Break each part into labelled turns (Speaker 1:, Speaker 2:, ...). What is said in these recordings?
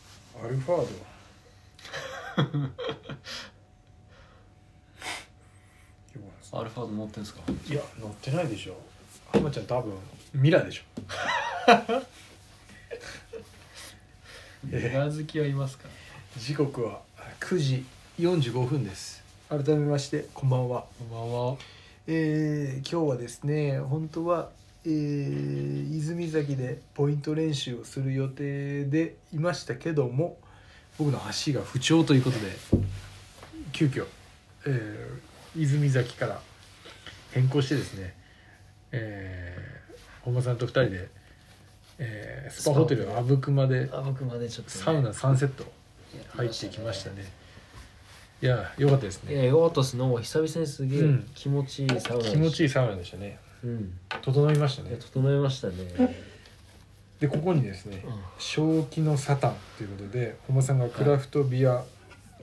Speaker 1: ファードは
Speaker 2: アルファード持ってんすか
Speaker 1: いや乗ってないでしょ浜ちゃん多分ミラでしょ
Speaker 2: ミラー好きはいますか
Speaker 1: 時刻は9時45分です改めましてこんばんは
Speaker 2: こんばんは
Speaker 1: えー今日はですね本当は、えー泉崎でポイント練習をする予定でいましたけども僕の足が不調ということで急遽、えー泉崎から変更してですね、えー本間さんと2人で、えースパホテル阿武隈で
Speaker 2: あ僕までちょっとね、
Speaker 1: サウナ3セット
Speaker 2: やって
Speaker 1: 入ってきましたねいや良かったです
Speaker 2: い
Speaker 1: ね
Speaker 2: やヨートスの久々にすげ
Speaker 1: う
Speaker 2: え
Speaker 1: ん
Speaker 2: 気持ちいいサウナ
Speaker 1: 気持ちい
Speaker 2: い
Speaker 1: いサウナでしたね
Speaker 2: うん
Speaker 1: 整いました
Speaker 2: いや
Speaker 1: ね
Speaker 2: 整いましたね
Speaker 1: でここにですね
Speaker 2: うん
Speaker 1: 「正気のサタン」ということで本間さんがクラフトビア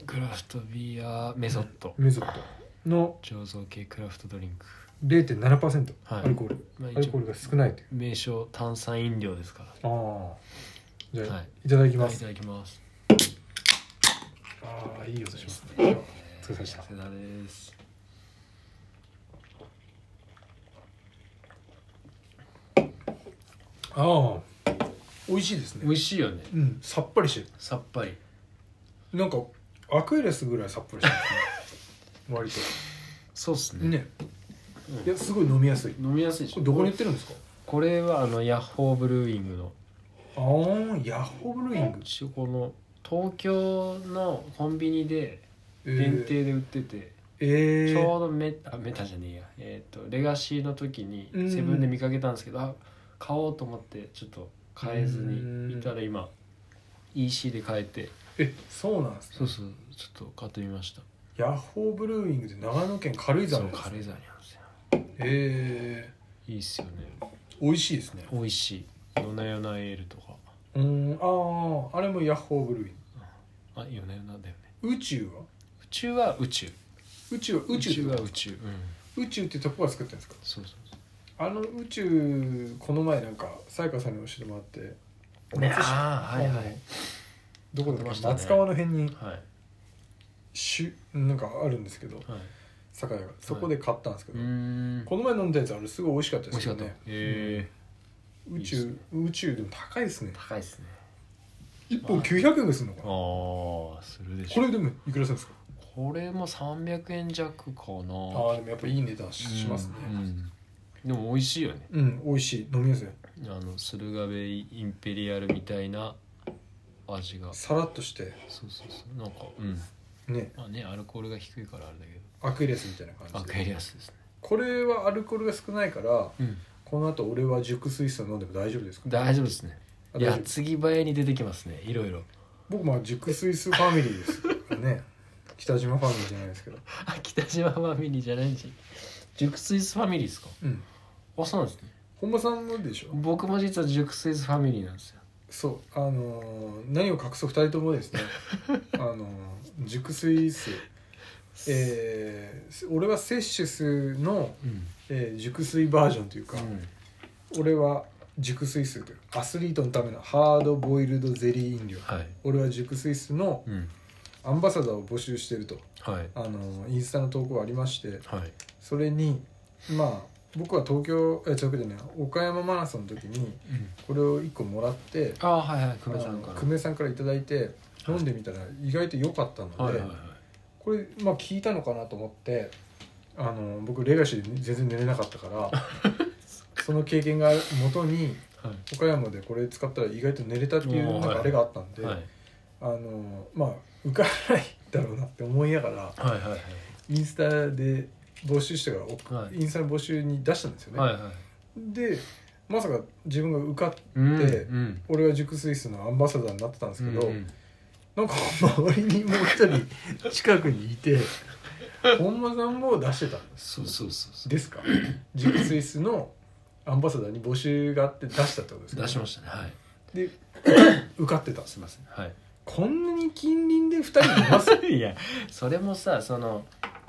Speaker 2: クラフトビアメソッド
Speaker 1: メソッドの
Speaker 2: 醸造系クラフトドリンク
Speaker 1: 0.7%
Speaker 2: はい
Speaker 1: アルコール、
Speaker 2: まあ一応
Speaker 1: アルコールが少ないという
Speaker 2: 名称炭酸飲料ですか
Speaker 1: あ
Speaker 2: ら
Speaker 1: あじゃあ、
Speaker 2: はい
Speaker 1: い、ただき
Speaker 2: い
Speaker 1: ま
Speaker 2: はいい
Speaker 1: す、
Speaker 2: ただきます
Speaker 1: ああいい音します
Speaker 2: お
Speaker 1: ね疲れ様でした
Speaker 2: せだです
Speaker 1: ああ美味しいです
Speaker 2: 美
Speaker 1: ね
Speaker 2: 味しいよね
Speaker 1: うんさっぱりしてる
Speaker 2: さっぱり
Speaker 1: なんかアクエリアスぐらいさっぱりしてる、ね、割と
Speaker 2: そうっすね
Speaker 1: ね
Speaker 2: うん
Speaker 1: いやすごい飲みやすい
Speaker 2: 飲みやすいでし
Speaker 1: こ
Speaker 2: ょ
Speaker 1: れどこに売ってるんですか
Speaker 2: これはあのヤッホーブルーイングの
Speaker 1: ああヤホーブルーイング
Speaker 2: 一応この東京のコンビニで限定で売ってて、
Speaker 1: え
Speaker 2: ち
Speaker 1: ー、
Speaker 2: ょうどメあメタじゃねえや、えー、とレガシーの時に
Speaker 1: うん
Speaker 2: セブンで見かけたんですけど、あ買おうと思ってちょっと買えず
Speaker 1: うん
Speaker 2: にいたら今 EC で買えて
Speaker 1: えそうなんですね
Speaker 2: そうそうちょっと買ってみました
Speaker 1: ヤッホーブルーイングって長野県軽井
Speaker 2: そ
Speaker 1: 沢
Speaker 2: う
Speaker 1: のです
Speaker 2: 軽井沢にあるんですよ
Speaker 1: え
Speaker 2: いいっすよね
Speaker 1: ー、美味しいですね
Speaker 2: 美味しい夜な夜なエールとか
Speaker 1: うんあああれもヤッホーブルーイン
Speaker 2: あ夜な夜なだよね
Speaker 1: グ宇宙は
Speaker 2: 宇宙は宇宙
Speaker 1: 宇宙は宇宙
Speaker 2: は
Speaker 1: って
Speaker 2: 宇宙うん
Speaker 1: 宇宙ってとこが作ってるんですか
Speaker 2: そうそうそ
Speaker 1: あの宇宙この前なんかさやかさんに教えてもらって
Speaker 2: うねあーはいはい
Speaker 1: どこだ
Speaker 2: 買って
Speaker 1: っ
Speaker 2: ま
Speaker 1: け、
Speaker 2: したね
Speaker 1: 松川の辺に
Speaker 2: はい
Speaker 1: しゅなんかあるんですけど
Speaker 2: はい
Speaker 1: 酒屋がそこで買ったんですけ
Speaker 2: う
Speaker 1: ど、
Speaker 2: ん
Speaker 1: この前飲んだやつあれすごい美味しかった
Speaker 2: 美
Speaker 1: です
Speaker 2: 味しか
Speaker 1: よ
Speaker 2: った
Speaker 1: ね
Speaker 2: え
Speaker 1: 宇
Speaker 2: いい
Speaker 1: 宙
Speaker 2: っすね
Speaker 1: 宇宙でも高いですね
Speaker 2: 高いですね
Speaker 1: 一本900円ぐらいするのかな
Speaker 2: ああするでし
Speaker 1: こ
Speaker 2: ょ
Speaker 1: れでもいくらするんですか
Speaker 2: これも300円弱か
Speaker 1: あ
Speaker 2: な
Speaker 1: あーでもやっぱいい値段ししますね
Speaker 2: うんうんでも美味しいよね
Speaker 1: うん美味しい飲みやすい
Speaker 2: あの駿河ベイインペリアルみたいな味がそ
Speaker 1: さらっとして
Speaker 2: うそうそうなんかうん
Speaker 1: ね
Speaker 2: まあねアルコールが低いからあれだけ
Speaker 1: アクエリアスみたいな
Speaker 2: どア
Speaker 1: 感じ
Speaker 2: クエ
Speaker 1: で
Speaker 2: リアスですね
Speaker 1: これはアルコールが少ないから
Speaker 2: うん
Speaker 1: この後俺は熟水素飲んでも大丈夫ですか
Speaker 2: 大丈夫ですね
Speaker 1: あ
Speaker 2: いや
Speaker 1: 大丈夫
Speaker 2: 継ぎ早に出てきますねいろいろ
Speaker 1: 僕まあ熟水素ファミリーですからね北島ファミリーじゃないですけど
Speaker 2: あ北島ファミリーじゃないし熟スイスファミリーですか
Speaker 1: うん
Speaker 2: あそうなんですね
Speaker 1: 本間さんもでしょ
Speaker 2: 僕も実は熟スイスファミリーなんですよ
Speaker 1: そうあのー何を隠そう2人ともです ねあのー熟水素えー俺は摂取数の、
Speaker 2: うん
Speaker 1: えー熟睡バージョンというか、
Speaker 2: うん
Speaker 1: 俺は熟睡数というアスリートのためのハードボイルドゼリー飲料
Speaker 2: はい
Speaker 1: 俺は熟睡数の
Speaker 2: うん
Speaker 1: アンバサダーを募集してると
Speaker 2: はい
Speaker 1: あのインスタの投稿ありまして
Speaker 2: はい
Speaker 1: それにまあ僕は東京え東京じゃない岡山マラソンの時にこれを1個もらって
Speaker 2: ああはいはい久米さん
Speaker 1: あ
Speaker 2: か
Speaker 1: の
Speaker 2: ら
Speaker 1: 久米さんから頂いいて飲んでみたら意外と良かったので、
Speaker 2: はいはいはい
Speaker 1: これまあ聞いたのかなと思ってあの僕レガシーで全然寝れなかったから その経験が元に
Speaker 2: はい
Speaker 1: 岡山でこれ使ったら意外と寝れたっていう
Speaker 2: おー
Speaker 1: なん
Speaker 2: はい
Speaker 1: かあれがあったんで、
Speaker 2: はい
Speaker 1: あのまあ受からないだろうなって思いながら
Speaker 2: はいはい
Speaker 1: インスタで募集してからお、
Speaker 2: はい
Speaker 1: インスタの募集に出したんですよね、
Speaker 2: はいはい
Speaker 1: でまさか自分が受かっ
Speaker 2: うん
Speaker 1: で
Speaker 2: うん
Speaker 1: 俺は熟睡室のアンバサダーになってたんですけど、
Speaker 2: うん
Speaker 1: なんか周りにもう一人近くにいて 本間さんも出してたんです
Speaker 2: そうそうそうそう
Speaker 1: ですか熟睡室のアンバサダーに募集があって出したってことですか、
Speaker 2: 出しましたねはい
Speaker 1: で受かってた
Speaker 2: すいませんはい
Speaker 1: こんなに近隣で2人います
Speaker 2: いやそれもさその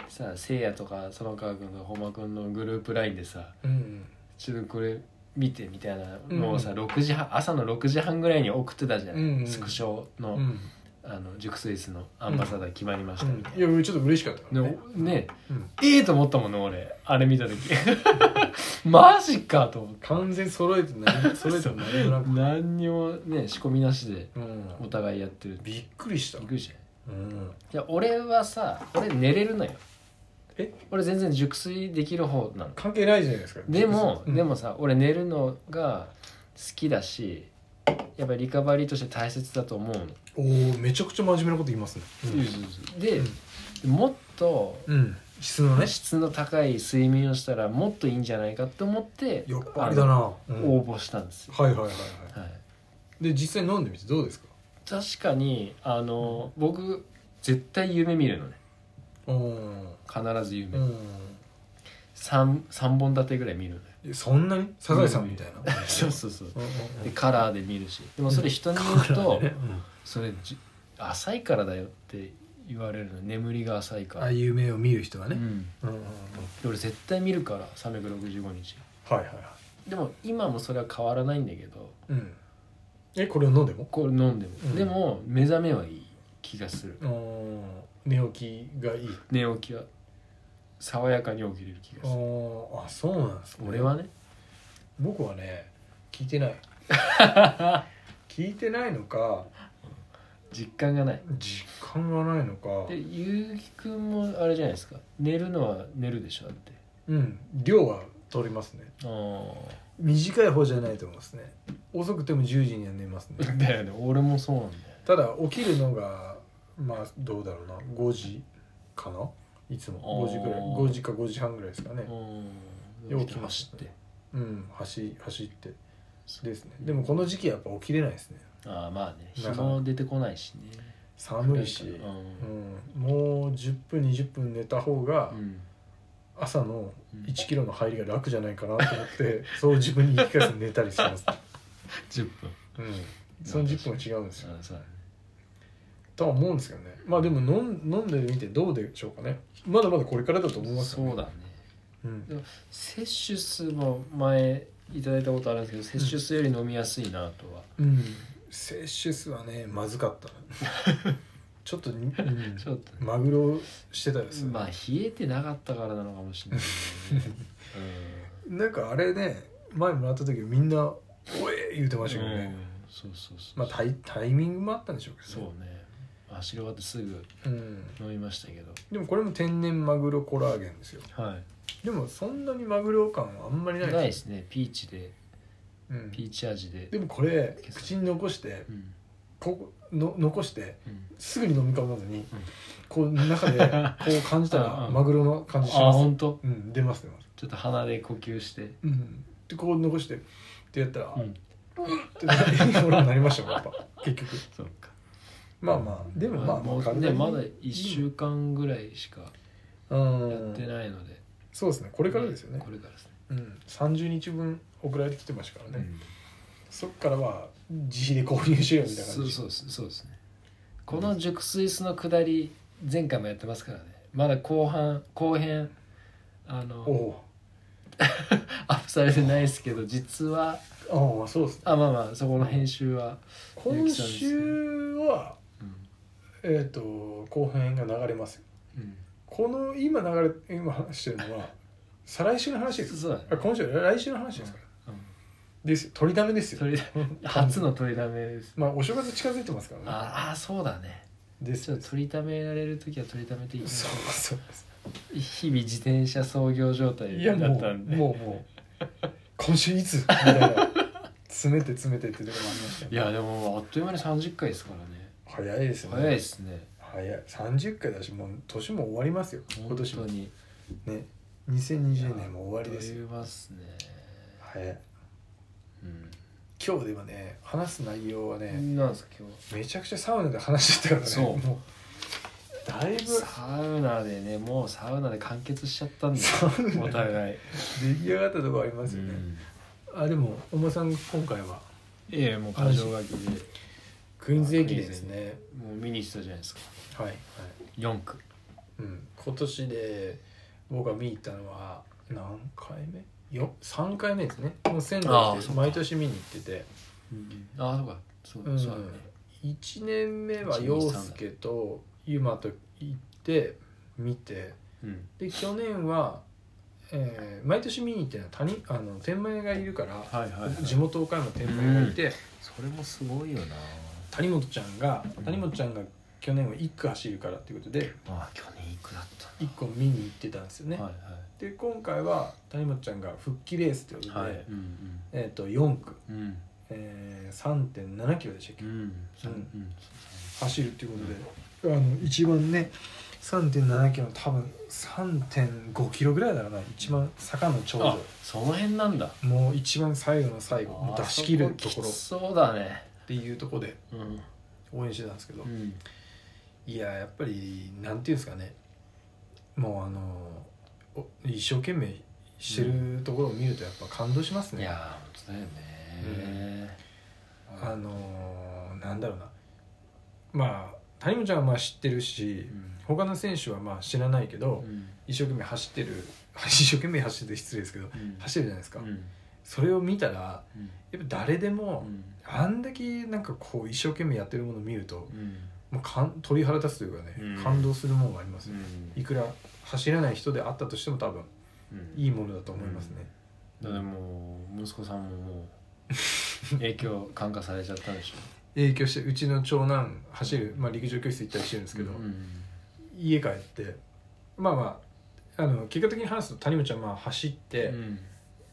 Speaker 2: させいやとか園川君とか本間君のグループラインでさ
Speaker 1: うん
Speaker 2: 「ちょっとこれ見て」みたいなのをさ、
Speaker 1: うん
Speaker 2: 6時半朝の6時半ぐらいに送ってたじゃない、
Speaker 1: うんうん
Speaker 2: スクショ
Speaker 1: う
Speaker 2: の
Speaker 1: ん
Speaker 2: あの熟スイスのアンバサダー決まりましたみたい
Speaker 1: いやちょっと嬉しかったから
Speaker 2: な、
Speaker 1: ね
Speaker 2: でね
Speaker 1: うん
Speaker 2: ええと思ったもんね俺あれ見た時 マジかと思って
Speaker 1: 完全に揃えてない揃えてないなく
Speaker 2: 何にもね仕込みなしで
Speaker 1: うん
Speaker 2: お互いやってる
Speaker 1: びっくりした
Speaker 2: びっくりしたね
Speaker 1: うん
Speaker 2: いや俺はさ俺寝れるのよ
Speaker 1: え
Speaker 2: 俺全然熟睡できる方なの
Speaker 1: 関係ないじゃないですか
Speaker 2: でも、
Speaker 1: うん
Speaker 2: でもさ俺寝るのが好きだしやっぱりリカバリーとして大切だと思うの、
Speaker 1: おおめちゃくちゃ真面目なこと言いますね
Speaker 2: で、もっと
Speaker 1: うん、うん、質のね
Speaker 2: 質の高い睡眠をしたらもっといいんじゃないかって思って
Speaker 1: やっぱりだな、う
Speaker 2: あ
Speaker 1: ん
Speaker 2: の応募したんですよ、
Speaker 1: はいはいはいはい
Speaker 2: はい、
Speaker 1: で実際飲んでみてどうですか
Speaker 2: 確かにあの僕絶対夢見るのね
Speaker 1: うん
Speaker 2: 必ず夢、
Speaker 1: うん
Speaker 2: 三 3, 本立てぐらい見るのよ
Speaker 1: えそんなにサザエさんみたいな、
Speaker 2: そうそうそう
Speaker 1: うんうんうん
Speaker 2: でカラーで見るしでもそれ人に言うと、それじ浅いからだよって言われるの眠りが浅いか
Speaker 1: あ
Speaker 2: ら、
Speaker 1: あいう目を見る人は
Speaker 2: う
Speaker 1: ね、
Speaker 2: ん、
Speaker 1: うんうんうん、
Speaker 2: で俺絶対見るから365日
Speaker 1: はいはいはい、
Speaker 2: でも今もそれは変わらないんだけど
Speaker 1: うん、えこれを飲んでも
Speaker 2: これ飲んでも、
Speaker 1: うん
Speaker 2: でも目覚めはいい気がする
Speaker 1: うん寝起きがいい
Speaker 2: 寝起きは爽やかに起きれる気が
Speaker 1: あ
Speaker 2: する
Speaker 1: ーあそうなんですね
Speaker 2: 俺はね
Speaker 1: 僕はね聞いてない 聞いてないのか
Speaker 2: 実感がない
Speaker 1: 実感がないのか
Speaker 2: でゆうきくんもあれじゃないですか寝るのは寝るでしょだって
Speaker 1: うん量は取りますね
Speaker 2: あ
Speaker 1: 短い方じゃないと思いますね遅くても10時には寝ますね
Speaker 2: ー だよね俺もそうなんだよ
Speaker 1: ただ起きるのがまあどうだろうな5時かないつも
Speaker 2: おー
Speaker 1: 5時ぐらい5時か5時半ぐらいですかね
Speaker 2: う
Speaker 1: よ
Speaker 2: ん
Speaker 1: く走って
Speaker 2: て
Speaker 1: うん走走ってですね
Speaker 2: うん
Speaker 1: でもこの時期やっぱ起きれないですね
Speaker 2: ああまあね
Speaker 1: な
Speaker 2: 日
Speaker 1: かなか
Speaker 2: も出てこないしね
Speaker 1: 寒いし、
Speaker 2: う
Speaker 1: うんん、もう10分20分寝た方が
Speaker 2: うん
Speaker 1: 朝の
Speaker 2: うん
Speaker 1: 1キロの入りが楽じゃないかなと思って そう自分に言い聞かせて寝たりします、
Speaker 2: 10分
Speaker 1: うん、その10分は違うんですよ
Speaker 2: あそうだね
Speaker 1: とは思うんですけどねまあでも飲ん飲んでみてどうでしょうかねまだまだこれからだと思いますよね
Speaker 2: そうだね
Speaker 1: うん
Speaker 2: 摂取数も前いただいたことあるんですけど摂取数より飲みやすいなとは、
Speaker 1: うん、摂取数はねまずかったな ちょっとに、うん
Speaker 2: ちょっとね、
Speaker 1: マグロしてたです、
Speaker 2: まあ冷えてなかったからなのかもし れないね、
Speaker 1: なんかあれね前もらった時みんな「おえ!」言うて
Speaker 2: う
Speaker 1: ま
Speaker 2: ん、
Speaker 1: したけどね、
Speaker 2: うんそうそうそう、
Speaker 1: まあタイタイミングもあったんでしょうけ
Speaker 2: そ
Speaker 1: ど
Speaker 2: う
Speaker 1: ね
Speaker 2: ね走り終わってすぐ
Speaker 1: う、
Speaker 2: 飲みましたけど
Speaker 1: ん、でもこれも天然マグロコラーゲンですよ
Speaker 2: は
Speaker 1: でもそんなにマグロ感はあんまり
Speaker 2: い
Speaker 1: ない
Speaker 2: ないですねピーチで
Speaker 1: うん、
Speaker 2: ピーチ味で
Speaker 1: でもこれ口に残して
Speaker 2: うん
Speaker 1: ここの残して
Speaker 2: うん
Speaker 1: すぐに飲み込まずに、こう中 でこう感じた
Speaker 2: あ
Speaker 1: ら
Speaker 2: あ
Speaker 1: マグロの感じし
Speaker 2: あ
Speaker 1: ます
Speaker 2: 本当
Speaker 1: うん出ます出ます
Speaker 2: ちょっと鼻で呼吸して、
Speaker 1: うん、でこう残してってやったら、
Speaker 2: う
Speaker 1: っ
Speaker 2: ん、
Speaker 1: てなって 俺もなりましたもんやっぱ結局
Speaker 2: そうか
Speaker 1: まあまあでもまあ
Speaker 2: もう
Speaker 1: 体
Speaker 2: ね
Speaker 1: に
Speaker 2: まだ1週間ぐらいしか
Speaker 1: う
Speaker 2: やって
Speaker 1: ん
Speaker 2: ないので、
Speaker 1: そうですねこれからですよね
Speaker 2: これからですね、
Speaker 1: うん、30日分送られてきてましたからね、そっからは自費で購入しようみたいな
Speaker 2: そ
Speaker 1: 感
Speaker 2: う
Speaker 1: じ
Speaker 2: そうですそうですねこの熟睡スの下り前回もやってますからねまだ後半後編あ
Speaker 1: お
Speaker 2: の
Speaker 1: お
Speaker 2: アップされてないですけど実は
Speaker 1: ああそうですね
Speaker 2: あまあまあそこの編集は、
Speaker 1: 今週は
Speaker 2: うん
Speaker 1: えっ、と後編が流れますよ
Speaker 2: うん、
Speaker 1: この今流れ今話してるのは再来週の話で す
Speaker 2: そうだね
Speaker 1: あ、今週来週の話ですから、
Speaker 2: うん、
Speaker 1: ですよ取りだめです
Speaker 2: そ
Speaker 1: よ
Speaker 2: れ初の取りだめで す
Speaker 1: まあお正月近づいてますからね
Speaker 2: ああそうだね
Speaker 1: です
Speaker 2: ちょっと取りためられる時は取りためていきまし
Speaker 1: そ
Speaker 2: ょ
Speaker 1: う
Speaker 2: う
Speaker 1: そう
Speaker 2: 日々自転車操業状態
Speaker 1: いや
Speaker 2: だ
Speaker 1: も
Speaker 2: った
Speaker 1: うん
Speaker 2: で
Speaker 1: もうもう今週いつみたいな詰めて詰めてっていうところもありました
Speaker 2: いやでもあっという間に30回ですからね
Speaker 1: 早いですよね
Speaker 2: 早いですね
Speaker 1: 早い30回だしもう年も終わりますよ今
Speaker 2: 本
Speaker 1: 年も
Speaker 2: 当
Speaker 1: ね
Speaker 2: に
Speaker 1: 2020年も終わりです
Speaker 2: と
Speaker 1: よ
Speaker 2: 言いますね
Speaker 1: 早い
Speaker 2: うん
Speaker 1: 今日ではね話す内容はね、
Speaker 2: なんですか今
Speaker 1: めちゃくちゃサウナで話してたからね
Speaker 2: そう
Speaker 1: もうだいぶ
Speaker 2: 日サウナでねもうサウナで完結しちゃったんだ
Speaker 1: サウナで
Speaker 2: お互い
Speaker 1: 出来上がったところありますよね、あでもお馬さん今回は
Speaker 2: ええもう箇条書きで
Speaker 1: クイーンズ駅伝ですね
Speaker 2: もう見に行ってたじゃないですか
Speaker 1: はいはい
Speaker 2: 4区
Speaker 1: うん、今年で僕が見に行ったのは何回目よ3回目ですねもう仙台
Speaker 2: あ
Speaker 1: で
Speaker 2: あそうか
Speaker 1: 毎年見に行ってて
Speaker 2: ああそうかそう
Speaker 1: うん
Speaker 2: そうだね
Speaker 1: い1年目は陽介とゆまと行って見て
Speaker 2: うん
Speaker 1: で去年は、えー毎年見に行ってるのは谷あの天満屋がいるから、
Speaker 2: はいはい、はい、
Speaker 1: 地元岡山天満屋がいて、
Speaker 2: それもすごいよな
Speaker 1: 谷本ちゃんが谷本ちゃんが去年は1区走るからっていうことで
Speaker 2: ああ去年いくらだった
Speaker 1: 1個見に行ってたんですよね、
Speaker 2: はい
Speaker 1: で今回は谷本ちゃんが復帰レースってことで、
Speaker 2: はいはいうん
Speaker 1: えー、と4区、
Speaker 2: うんうん
Speaker 1: えー、3 7キロでしたっけ、
Speaker 2: うん
Speaker 1: うん
Speaker 2: うん
Speaker 1: 走るっていうことで、あの一番ね3 7キロの多分3 5キロぐらいだろうな一番坂の頂
Speaker 2: あ
Speaker 1: 上
Speaker 2: その辺なんだ
Speaker 1: もう一番最後の最後もう出し切るところ
Speaker 2: あそき
Speaker 1: っ
Speaker 2: つそうだね
Speaker 1: ていうところで
Speaker 2: うん
Speaker 1: 応援してたんですけど、
Speaker 2: うん
Speaker 1: いややっぱりなんていうんですかねもうあのお一生懸命してるところを見るとやっぱ感動します
Speaker 2: い
Speaker 1: ね、
Speaker 2: やー本当だよね、
Speaker 1: あのーなんだろうなまあ谷本ちゃんはまあ知ってるし、
Speaker 2: うん
Speaker 1: 他の選手はまあ知らないけど、
Speaker 2: うん
Speaker 1: 一生懸命走ってる 一生懸命走ってて失礼ですけど
Speaker 2: うん
Speaker 1: 走るじゃないです
Speaker 2: う
Speaker 1: か、
Speaker 2: ん
Speaker 1: それを見たら
Speaker 2: うん
Speaker 1: やっぱ誰で
Speaker 2: う
Speaker 1: も、
Speaker 2: ん
Speaker 1: あんだけなんかこう一生懸命やってるものを見ると
Speaker 2: うん
Speaker 1: もうかん鳥肌立つというかね、
Speaker 2: うん
Speaker 1: 感動するものがありますよ、
Speaker 2: う
Speaker 1: いくら走らない人であったとしても多分
Speaker 2: ん
Speaker 1: いいものだと思いますね、
Speaker 2: だってもう息子さんももう影響感化されちゃったんでしょ
Speaker 1: 影響してうちの長男走る、まあ、陸上教室行ったりしてるんですけど、
Speaker 2: うん
Speaker 1: 家帰ってまあまああの結果的に話すと谷本ちゃんはまあ走って、
Speaker 2: うん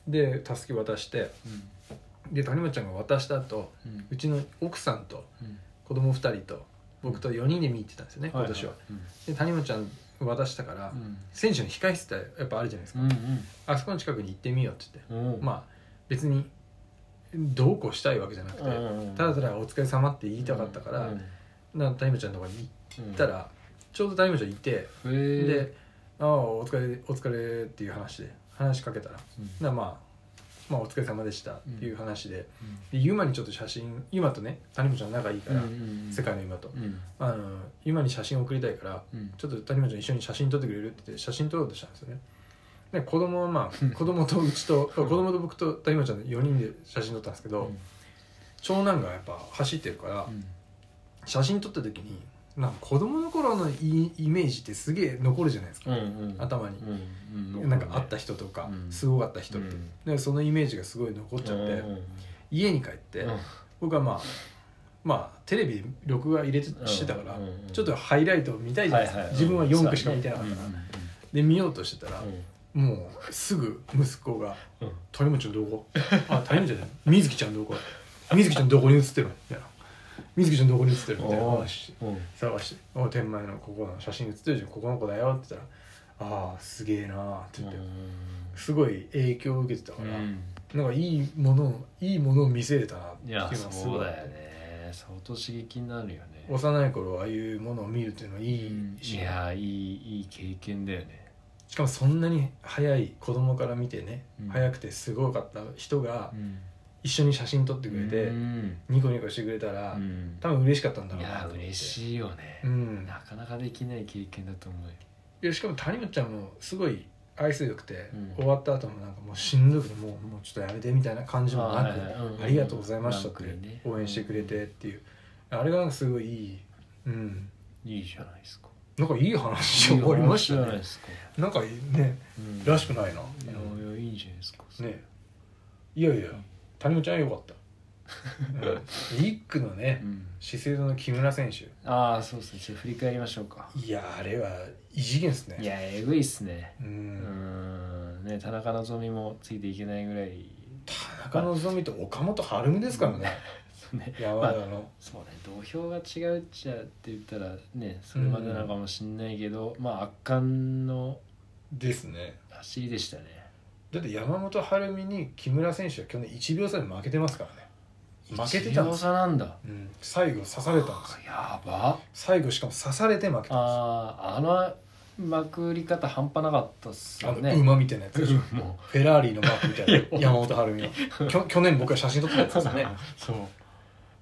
Speaker 1: でたすき渡して
Speaker 2: うん
Speaker 1: で谷本ちゃんが渡した後
Speaker 2: うん
Speaker 1: うちの奥さんと
Speaker 2: うん
Speaker 1: 子供2人と僕と4人で見に行ってたんですよね、今年は、
Speaker 2: うん
Speaker 1: で谷本ちゃん渡したから、
Speaker 2: うん
Speaker 1: 選手の控室ってやっぱあるじゃないですか、
Speaker 2: うん
Speaker 1: あそこの近くに行ってみようって言って、
Speaker 2: うんあ
Speaker 1: まあ別にどうこうしたいわけじゃなくて、ただただ「お疲れ様って言いたかったから、
Speaker 2: うん
Speaker 1: なんか谷本ちゃんのとこに
Speaker 2: うん
Speaker 1: 行ったら、ちょうど谷本ちゃんいて、
Speaker 2: へえ
Speaker 1: で「ああお疲れお疲れ」っていう話で話しかけたら
Speaker 2: うん
Speaker 1: なまあまあお疲れ様でしたっていう話で,、でユマにちょっと写真ユマとね谷本ちゃん仲いいから、
Speaker 2: うん
Speaker 1: 世界のユマと、
Speaker 2: うん
Speaker 1: あのユマに写真送りたいから
Speaker 2: うん
Speaker 1: ちょっと谷本ちゃん一緒に写真撮ってくれるって言って写真撮ろうとしたんですよねで子供はまあ子供とうち と子供と僕と谷本ちゃんの4人で写真撮ったんですけど、長男がやっぱ走ってるから、
Speaker 2: うん
Speaker 1: 写真撮った時になんか子供の頃のイイメージってすげえ残るじゃないですか、
Speaker 2: うんうん
Speaker 1: 頭に、
Speaker 2: うんうん
Speaker 1: なんか会った人とか、
Speaker 2: うん
Speaker 1: すごかった人って、
Speaker 2: うん
Speaker 1: でそのイメージがすごい残っちゃって、
Speaker 2: うんうん
Speaker 1: 家に帰って、
Speaker 2: うん
Speaker 1: 僕はまあまあテレビで録画入れてしてたから、
Speaker 2: うんうんうん
Speaker 1: ちょっとハイライトを見たいじゃないですか、
Speaker 2: はいはい
Speaker 1: 自分は4区しか見てなかったから、
Speaker 2: うんうん
Speaker 1: で見ようとしてたら、もうすぐ息子が
Speaker 2: うんうん
Speaker 1: 「谷本ちゃんどこ? 」あ「谷本ちゃんじゃない水木ちゃんどこ?」「水木ちゃんどこに映ってる?」みたいな「水木ちゃんどこに映ってる?」みたいな話して
Speaker 2: うん
Speaker 1: 探して「お天満屋のここの写真写ってるじゃんここの子だよ」って言ったら「ああすげえなー」って言って、すごい影響を受けてたから、なんかいいものをいいものを見せれたなって
Speaker 2: い
Speaker 1: いうの
Speaker 2: や
Speaker 1: はす
Speaker 2: そ
Speaker 1: ご
Speaker 2: う
Speaker 1: い
Speaker 2: だよね相当刺激になるよね
Speaker 1: 幼い頃ああいうものを見るっていうのはいい
Speaker 2: い
Speaker 1: し、
Speaker 2: やいいいい経験だよね
Speaker 1: しかもそんなに早い子供から見てね、
Speaker 2: うん
Speaker 1: 早くてすごかった人が
Speaker 2: うん
Speaker 1: 一緒に写真撮ってくれて、
Speaker 2: うん
Speaker 1: ニコニコしてくれたら、
Speaker 2: うん
Speaker 1: 多分嬉しかったんだろ
Speaker 2: いう
Speaker 1: な
Speaker 2: や
Speaker 1: と思って
Speaker 2: 嬉しいよね
Speaker 1: うん
Speaker 2: なかなかできない経験だと思うよ
Speaker 1: いやしかも谷本ちゃんもすごい愛想よくて、
Speaker 2: うん
Speaker 1: 終わった後もなんかもうしんどくてもうもうちょっとやめてみたいな感じもなく
Speaker 2: あーはいはいうんうん
Speaker 1: ありがとうございましたって
Speaker 2: ランクにね
Speaker 1: 応援してくれてっていうあれがなんかすごいいい、うん、
Speaker 2: いいじゃないですか
Speaker 1: なんかいい話終わりました
Speaker 2: いい話じゃない
Speaker 1: ね
Speaker 2: ですか
Speaker 1: なんかね
Speaker 2: うん
Speaker 1: らしくないな、
Speaker 2: いやいやいいんじゃないですか
Speaker 1: ねいやいや谷本ちゃんはよかった、うん、一区のね
Speaker 2: うん
Speaker 1: 資生堂の木村選手
Speaker 2: ああそうですねちょっと振り返りましょうか
Speaker 1: いやあれは異次元ですね
Speaker 2: いやえぐいっすね
Speaker 1: う、
Speaker 2: うんんね田中希実もついていけないぐらい
Speaker 1: 田中希実と岡本春美ですからね、
Speaker 2: そうね
Speaker 1: 山田の、
Speaker 2: そうね土俵が違うっちゃって言ったらねそれまでなのかもしんないけど、まあ圧巻の
Speaker 1: ですね
Speaker 2: 走りでしたね
Speaker 1: だって山本晴美に木村選手は去年1秒差で負けてますからね負けてたん
Speaker 2: 一
Speaker 1: で
Speaker 2: 秒
Speaker 1: す、
Speaker 2: 差なんだ
Speaker 1: うん、最後刺されたんですよ
Speaker 2: やば
Speaker 1: 最後しかも刺されて負けたん
Speaker 2: あーあのまく売り方半端なかったっ
Speaker 1: で
Speaker 2: す
Speaker 1: す
Speaker 2: よ
Speaker 1: あの、
Speaker 2: ね
Speaker 1: 馬みたいなやつでしょ
Speaker 2: うん も
Speaker 1: フェラーリのマークみたいな山本晴美のきょ去年僕が写真撮ったやつ
Speaker 2: う
Speaker 1: ですよね
Speaker 2: そう
Speaker 1: い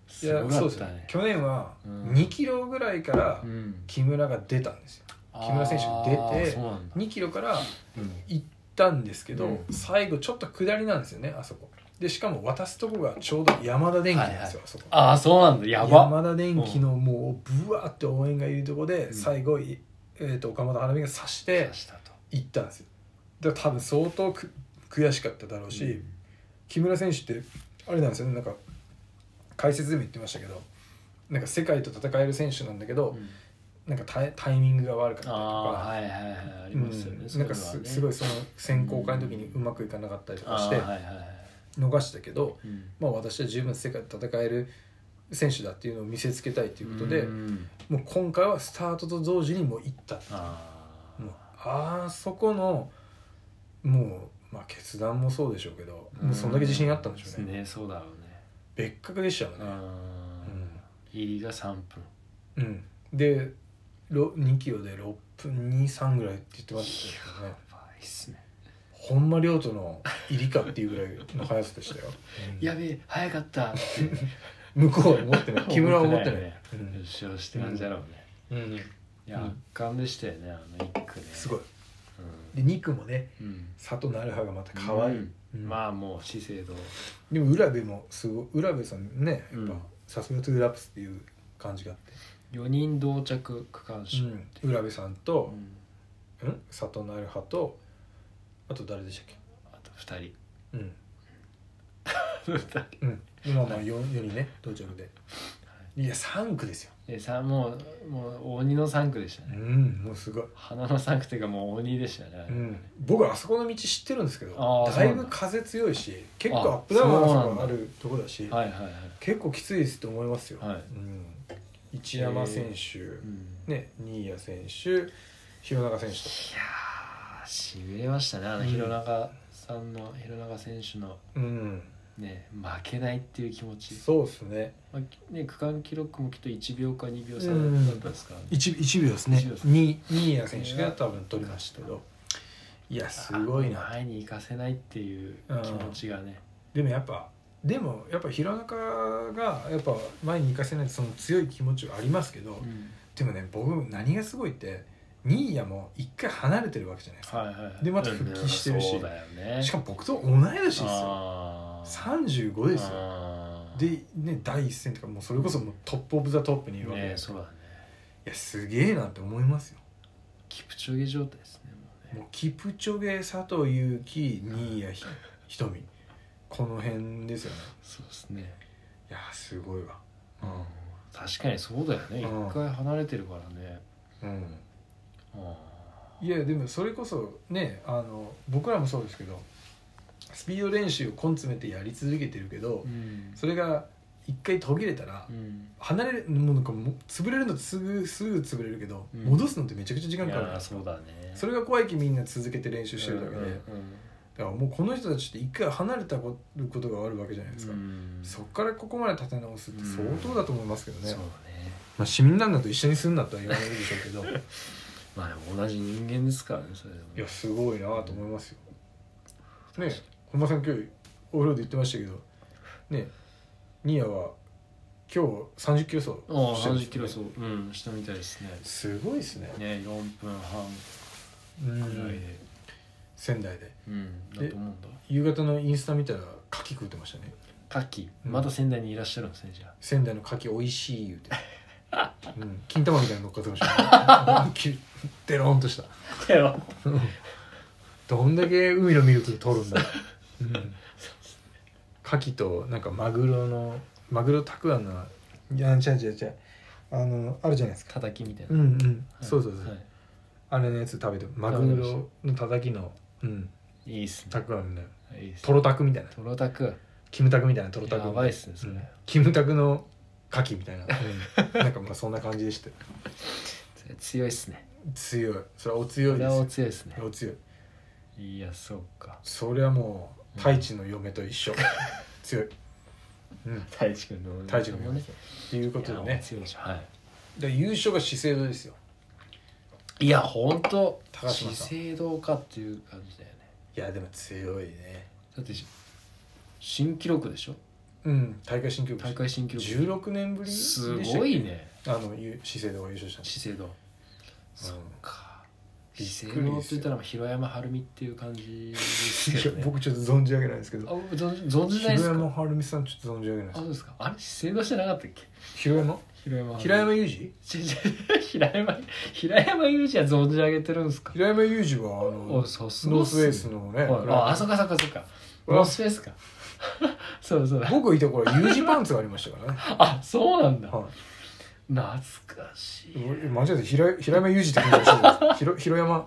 Speaker 2: す
Speaker 1: や
Speaker 2: ご
Speaker 1: そ
Speaker 2: か
Speaker 1: う
Speaker 2: っ
Speaker 1: です
Speaker 2: た
Speaker 1: よ
Speaker 2: ね
Speaker 1: 去年は
Speaker 2: うん
Speaker 1: 2キロぐらいから
Speaker 2: うん
Speaker 1: 木村が出たんですよ木村選手出て
Speaker 2: あーそうなんだ
Speaker 1: 2キロから
Speaker 2: うん
Speaker 1: 行ったんですけど、
Speaker 2: うん
Speaker 1: 最後ちょっと下りなんですよねあそこでしかも渡すとこがちょうど山田電機なんですよ、あそこ
Speaker 2: ああそうなんだやば
Speaker 1: 山田電機のもうブワーって応援がいるとこで、
Speaker 2: ん
Speaker 1: 最後、いえー、と岡本花見が刺して
Speaker 2: 刺したと
Speaker 1: 行ったんですよだから多分相当く悔しかっただろうし、
Speaker 2: うん
Speaker 1: 木村選手ってあれなんですよねなんか解説でも言ってましたけどなんか世界と戦える選手なんだけど、
Speaker 2: うん
Speaker 1: なんかタイタイミングが悪かったりと
Speaker 2: あ
Speaker 1: か、
Speaker 2: あはいはいはいありますよね、
Speaker 1: うん、なんかす,、すごいその選考会の時にうまくいかなかったりとかして
Speaker 2: あーはいはいはい
Speaker 1: 逃したけど、
Speaker 2: うん
Speaker 1: まあ、私は十分世界で戦える選手だっていうのを見せつけたいということで、
Speaker 2: うん
Speaker 1: もう今回はスタートと同時にもう行ったっていう
Speaker 2: あ
Speaker 1: もうあそこのもう、まあ、決断もそうでしょうけど、
Speaker 2: ー
Speaker 1: もうそんだけ自信があったんでしょうね
Speaker 2: ねそうだろうね
Speaker 1: 別格でしたよね
Speaker 2: う、ん入りが3分
Speaker 1: うんで2キロで6分23ぐらいって言ってましたけどね
Speaker 2: やばいっすね
Speaker 1: ほんま亮との入りかっていうぐらいの速さでしたよ、うん
Speaker 2: やべえ早かったって
Speaker 1: 向こうは思って ない 木村は思ってない
Speaker 2: ね優勝してなんじゃろうね
Speaker 1: うんうん
Speaker 2: いや
Speaker 1: うん
Speaker 2: 圧巻でしたよねあの一句ね
Speaker 1: すごい
Speaker 2: い
Speaker 1: で2区もね
Speaker 2: うん
Speaker 1: 佐藤成葉がまた可愛い、
Speaker 2: うん
Speaker 1: うん
Speaker 2: まあもう資生堂
Speaker 1: でも浦部もすごい浦部さんねや
Speaker 2: う
Speaker 1: っぱ
Speaker 2: ん
Speaker 1: さすがトゥーラップスっていう感じがあって
Speaker 2: 4人同着区間賞
Speaker 1: うん、浦部さんと
Speaker 2: う、ん
Speaker 1: うん、佐藤成葉とあと誰でしたっ
Speaker 2: あと2
Speaker 1: けうん
Speaker 2: 人二人
Speaker 1: うんまあまあ 4, 四人ね到着でいや3区ですよ
Speaker 2: えさもうもう鬼の3区でした
Speaker 1: う
Speaker 2: ね
Speaker 1: んもうすごい、
Speaker 2: 花の3区っていうかもう鬼でしたねあ
Speaker 1: う
Speaker 2: れ
Speaker 1: ん、僕あそこの道知ってるんですけど
Speaker 2: あー
Speaker 1: だいぶ
Speaker 2: そうなんだ
Speaker 1: 風強いし結構ア
Speaker 2: あ
Speaker 1: ップダウン
Speaker 2: そうなんだ
Speaker 1: のがあるとこだし
Speaker 2: はいはいはい
Speaker 1: 結構きついですと思いますよ、
Speaker 2: は
Speaker 1: う
Speaker 2: い
Speaker 1: ん、一山選手、
Speaker 2: うん
Speaker 1: ね、新谷選手弘中選手と
Speaker 2: いやーしびれましたねあの弘中さんの弘中選手の
Speaker 1: うん
Speaker 2: ね負けないっていう気持ち、
Speaker 1: そうですね
Speaker 2: まあね、区間記録もきっと1秒か2秒差だったんですからね、
Speaker 1: 1, 1秒です
Speaker 2: 一秒です
Speaker 1: 新新谷選手が多分取りましたけどいやすごいな
Speaker 2: 前に行かせないっていう気持ちがね、
Speaker 1: でもやっぱでもやっぱ弘中がやっぱ前に行かせないその強い気持ちはありますけど、
Speaker 2: うん
Speaker 1: でもね僕何がすごいって新谷も一回離れてるわけじゃないですか、
Speaker 2: はいはいはい
Speaker 1: でまた復帰してるし
Speaker 2: うんそうだよね
Speaker 1: しか
Speaker 2: も
Speaker 1: も僕と同い年ですよ
Speaker 2: あー
Speaker 1: 35ですよ
Speaker 2: あー
Speaker 1: でね第一線とかもうそれこそもうトップオブザトップにいるわけ
Speaker 2: ね
Speaker 1: です
Speaker 2: そうだね
Speaker 1: いやすげえなって思いますよ
Speaker 2: キプチョゲ状態ですねもうね
Speaker 1: もうキプチョゲ佐藤悠基新谷ひひとみこの辺ですよね
Speaker 2: そうですね、
Speaker 1: いやすごいわ
Speaker 2: うん、確かにそうだよね一、
Speaker 1: うん
Speaker 2: 回離れてるからね
Speaker 1: うん
Speaker 2: うん
Speaker 1: いやでもそれこそねあの僕らもそうですけどスピード練習を根詰めてやり続けてるけど
Speaker 2: うん
Speaker 1: それが一回途切れたら
Speaker 2: うん
Speaker 1: 離れるもうなんかもう潰れるのってすぐすぐ潰れるけど
Speaker 2: うん
Speaker 1: 戻すのってめちゃくちゃ時間
Speaker 2: い
Speaker 1: かかる
Speaker 2: や
Speaker 1: から
Speaker 2: そうだね
Speaker 1: それが怖いきみんな続けて練習してるだけ
Speaker 2: うん
Speaker 1: で
Speaker 2: うん
Speaker 1: だからもうこの人たちって一回離れたこることがあるわけじゃないですか
Speaker 2: うん
Speaker 1: そっからここまで立て直すって相当だと思いますけどね、
Speaker 2: そうね
Speaker 1: まあ、市民ランナーと一緒にすんなとは言われるでしょうけどい
Speaker 2: まあでも同じ人間ですからねそれでも
Speaker 1: やすごいなと思いますよね本間さん今日オフロード言ってましたけどねニアは今日30キロ走
Speaker 2: ああ
Speaker 1: してるんですよね
Speaker 2: 3 0キロ走うんしたみたいですね
Speaker 1: すごいですね
Speaker 2: ね4分半
Speaker 1: う
Speaker 2: ぐらい
Speaker 1: ん
Speaker 2: で
Speaker 1: 仙台で
Speaker 2: うんだと思うんだ
Speaker 1: 夕方のインスタ見たら牡蠣食ってましたね
Speaker 2: カキ
Speaker 1: うん
Speaker 2: まだ仙台にいらっしゃるんですね じゃ
Speaker 1: 仙台の牡蠣美味しい言う て、うん、金玉みたいなの乗っかってましたね きデロンとした
Speaker 2: あいや
Speaker 1: どんだけ海のミルク取るん だ、うん、牡蠣となんかマグロのマグロたくあんのいや違う違う違うあのあるじゃないですか
Speaker 2: たたきみたいな
Speaker 1: うんうん、そうそうそう、
Speaker 2: はい
Speaker 1: あれのやつ食べてマグロのたたきの、うん、
Speaker 2: いいっすね
Speaker 1: たくあんの
Speaker 2: いいっす
Speaker 1: ト
Speaker 2: ね
Speaker 1: ロタクみたいな
Speaker 2: トロタク
Speaker 1: キムタクみたいなトロタク
Speaker 2: やばいっすねそれ
Speaker 1: うんキムタクの牡蠣みたいな、 うんなんかまあそんな感じでした
Speaker 2: 強いっすね
Speaker 1: 強いそれはお強
Speaker 2: こ
Speaker 1: いで
Speaker 2: れ
Speaker 1: す
Speaker 2: は
Speaker 1: よ
Speaker 2: 強いっすね
Speaker 1: お強い
Speaker 2: いやそうか
Speaker 1: それはもう太一の嫁と一 緒強いうん
Speaker 2: 太一君の
Speaker 1: 太一の嫁
Speaker 2: ね
Speaker 1: っていうことで
Speaker 2: いや
Speaker 1: ね
Speaker 2: 強いでしょはい
Speaker 1: で優勝が資生堂ですよ
Speaker 2: いや本当
Speaker 1: 高島さん
Speaker 2: 資生堂かっていう感じだよね
Speaker 1: いやでも強いね
Speaker 2: だってし新記録でしょ
Speaker 1: うん大会新記録
Speaker 2: 大会新記録
Speaker 1: 16年ぶりでした
Speaker 2: す
Speaker 1: っけ
Speaker 2: ごいね
Speaker 1: あのゆ資生堂が優勝したの
Speaker 2: 資生堂、そっ
Speaker 1: うん
Speaker 2: か
Speaker 1: びっ
Speaker 2: 性
Speaker 1: くりで
Speaker 2: 能って
Speaker 1: す
Speaker 2: 言っ
Speaker 1: よ
Speaker 2: たらまあ広山晴美っていう感じで
Speaker 1: い
Speaker 2: すけ
Speaker 1: や
Speaker 2: どね
Speaker 1: 僕ちょっと存じ上げないですけど
Speaker 2: あ存じ存じない
Speaker 1: 広
Speaker 2: です
Speaker 1: 山
Speaker 2: か
Speaker 1: 晴美さんちょっと存じ上げないで
Speaker 2: あ
Speaker 1: す
Speaker 2: そうですかあれ資生堂じゃなかったっけ
Speaker 1: 広山
Speaker 2: 平山
Speaker 1: 平 山裕二
Speaker 2: ちょちょ平山平山裕二は存じ上げてるんですか
Speaker 1: 平山裕二はあの
Speaker 2: おさすが
Speaker 1: ノ
Speaker 2: っ
Speaker 1: ー
Speaker 2: す
Speaker 1: スウェイスのね
Speaker 2: はいああそっかそっかそっかノースフェイスか そうそう
Speaker 1: 僕いた頃 U 字パンツがありました からね、
Speaker 2: あそうなんだ
Speaker 1: は
Speaker 2: 懐かし
Speaker 1: い、
Speaker 2: い
Speaker 1: 間違えて平平山裕二って感じがするひろ広山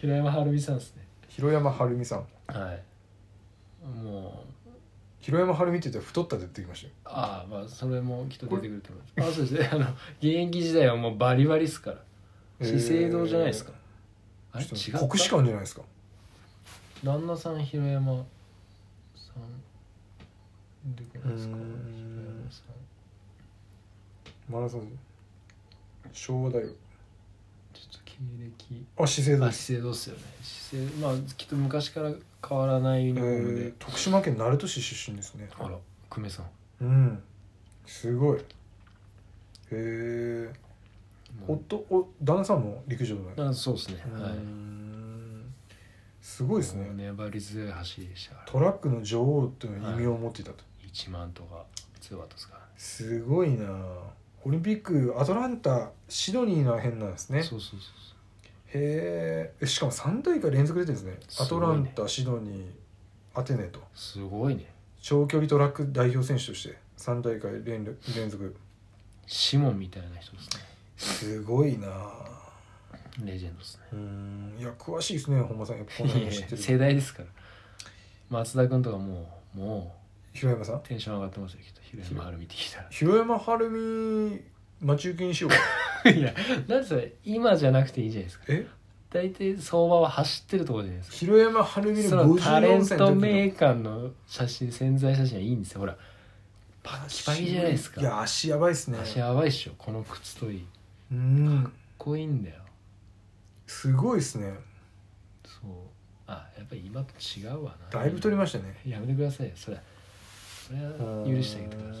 Speaker 2: 平山晴美さんですね
Speaker 1: 広山晴美さん
Speaker 2: はいもう
Speaker 1: 広山晴美って言ったら太ったって言ってきましたよ
Speaker 2: ああまあそれもきっと出てくると思いますあそうですねあの現役時代はもうバリバリっすから資生堂じゃないですか、
Speaker 1: え
Speaker 2: あれ
Speaker 1: ーちょっ
Speaker 2: 違
Speaker 1: と
Speaker 2: う
Speaker 1: 国士舘じゃないですか
Speaker 2: 旦那さん広山さんどこですか
Speaker 1: うーん
Speaker 2: 広山さん
Speaker 1: マラソン昭和だよ
Speaker 2: ちょっと経
Speaker 1: あ資生
Speaker 2: 歴
Speaker 1: 堂
Speaker 2: あ
Speaker 1: です、
Speaker 2: 資生堂っすよね資生まあきっと昔から変わらないユ
Speaker 1: え
Speaker 2: ニフォームで、
Speaker 1: ー、徳島県鳴門市出身ですね
Speaker 2: あら久米さ
Speaker 1: う
Speaker 2: ん
Speaker 1: んすごいへえ
Speaker 2: も
Speaker 1: 夫お旦那さんも陸上部
Speaker 2: うあそうですね
Speaker 1: う
Speaker 2: はい
Speaker 1: んすごいですね
Speaker 2: 粘り強い走りでしたから
Speaker 1: トラックの女王という異名を持っていたと、
Speaker 2: 1万とか強かったですから
Speaker 1: すごいなオリンピックアトランタシドニーの辺なんですね
Speaker 2: ね
Speaker 1: へ
Speaker 2: そうそうそうそう
Speaker 1: ええしかも3大会連続出てるんですねア
Speaker 2: す
Speaker 1: ト
Speaker 2: ごい
Speaker 1: ラ
Speaker 2: ね
Speaker 1: ンタ、シドニーアテネと
Speaker 2: すごいね
Speaker 1: 長距離トラック代表選手として3大会連連続
Speaker 2: シモンみたいな人です
Speaker 1: すごいな
Speaker 2: ねレジェンドですね
Speaker 1: うんいや詳しいですね本間さんやっぱこんなの知って
Speaker 2: 世
Speaker 1: る
Speaker 2: 代ですから松田君とかもうも
Speaker 1: 広山さん
Speaker 2: うテンション上がってますよきっと広島春見てき た
Speaker 1: 広山晴美待ち受けにしようか
Speaker 2: らいやなんでそれ今じゃなくていいじゃないですか
Speaker 1: え
Speaker 2: 大体相場は走ってるところじゃないですか
Speaker 1: 広山晴美
Speaker 2: そ
Speaker 1: の
Speaker 2: の
Speaker 1: 54
Speaker 2: タレン
Speaker 1: 歳
Speaker 2: ト
Speaker 1: の時の
Speaker 2: 名鑑の写真潜在写真はいいんですよほらパッキパキじゃないですか
Speaker 1: いや足やばいっすね
Speaker 2: 足やばいっしょこの靴といいか
Speaker 1: うん
Speaker 2: っこいいんだよ
Speaker 1: すごいっすね
Speaker 2: そうあやっぱり今と違うわな
Speaker 1: だいぶ取りましたね
Speaker 2: やめてくださいよそれはそれは許してあげてくださ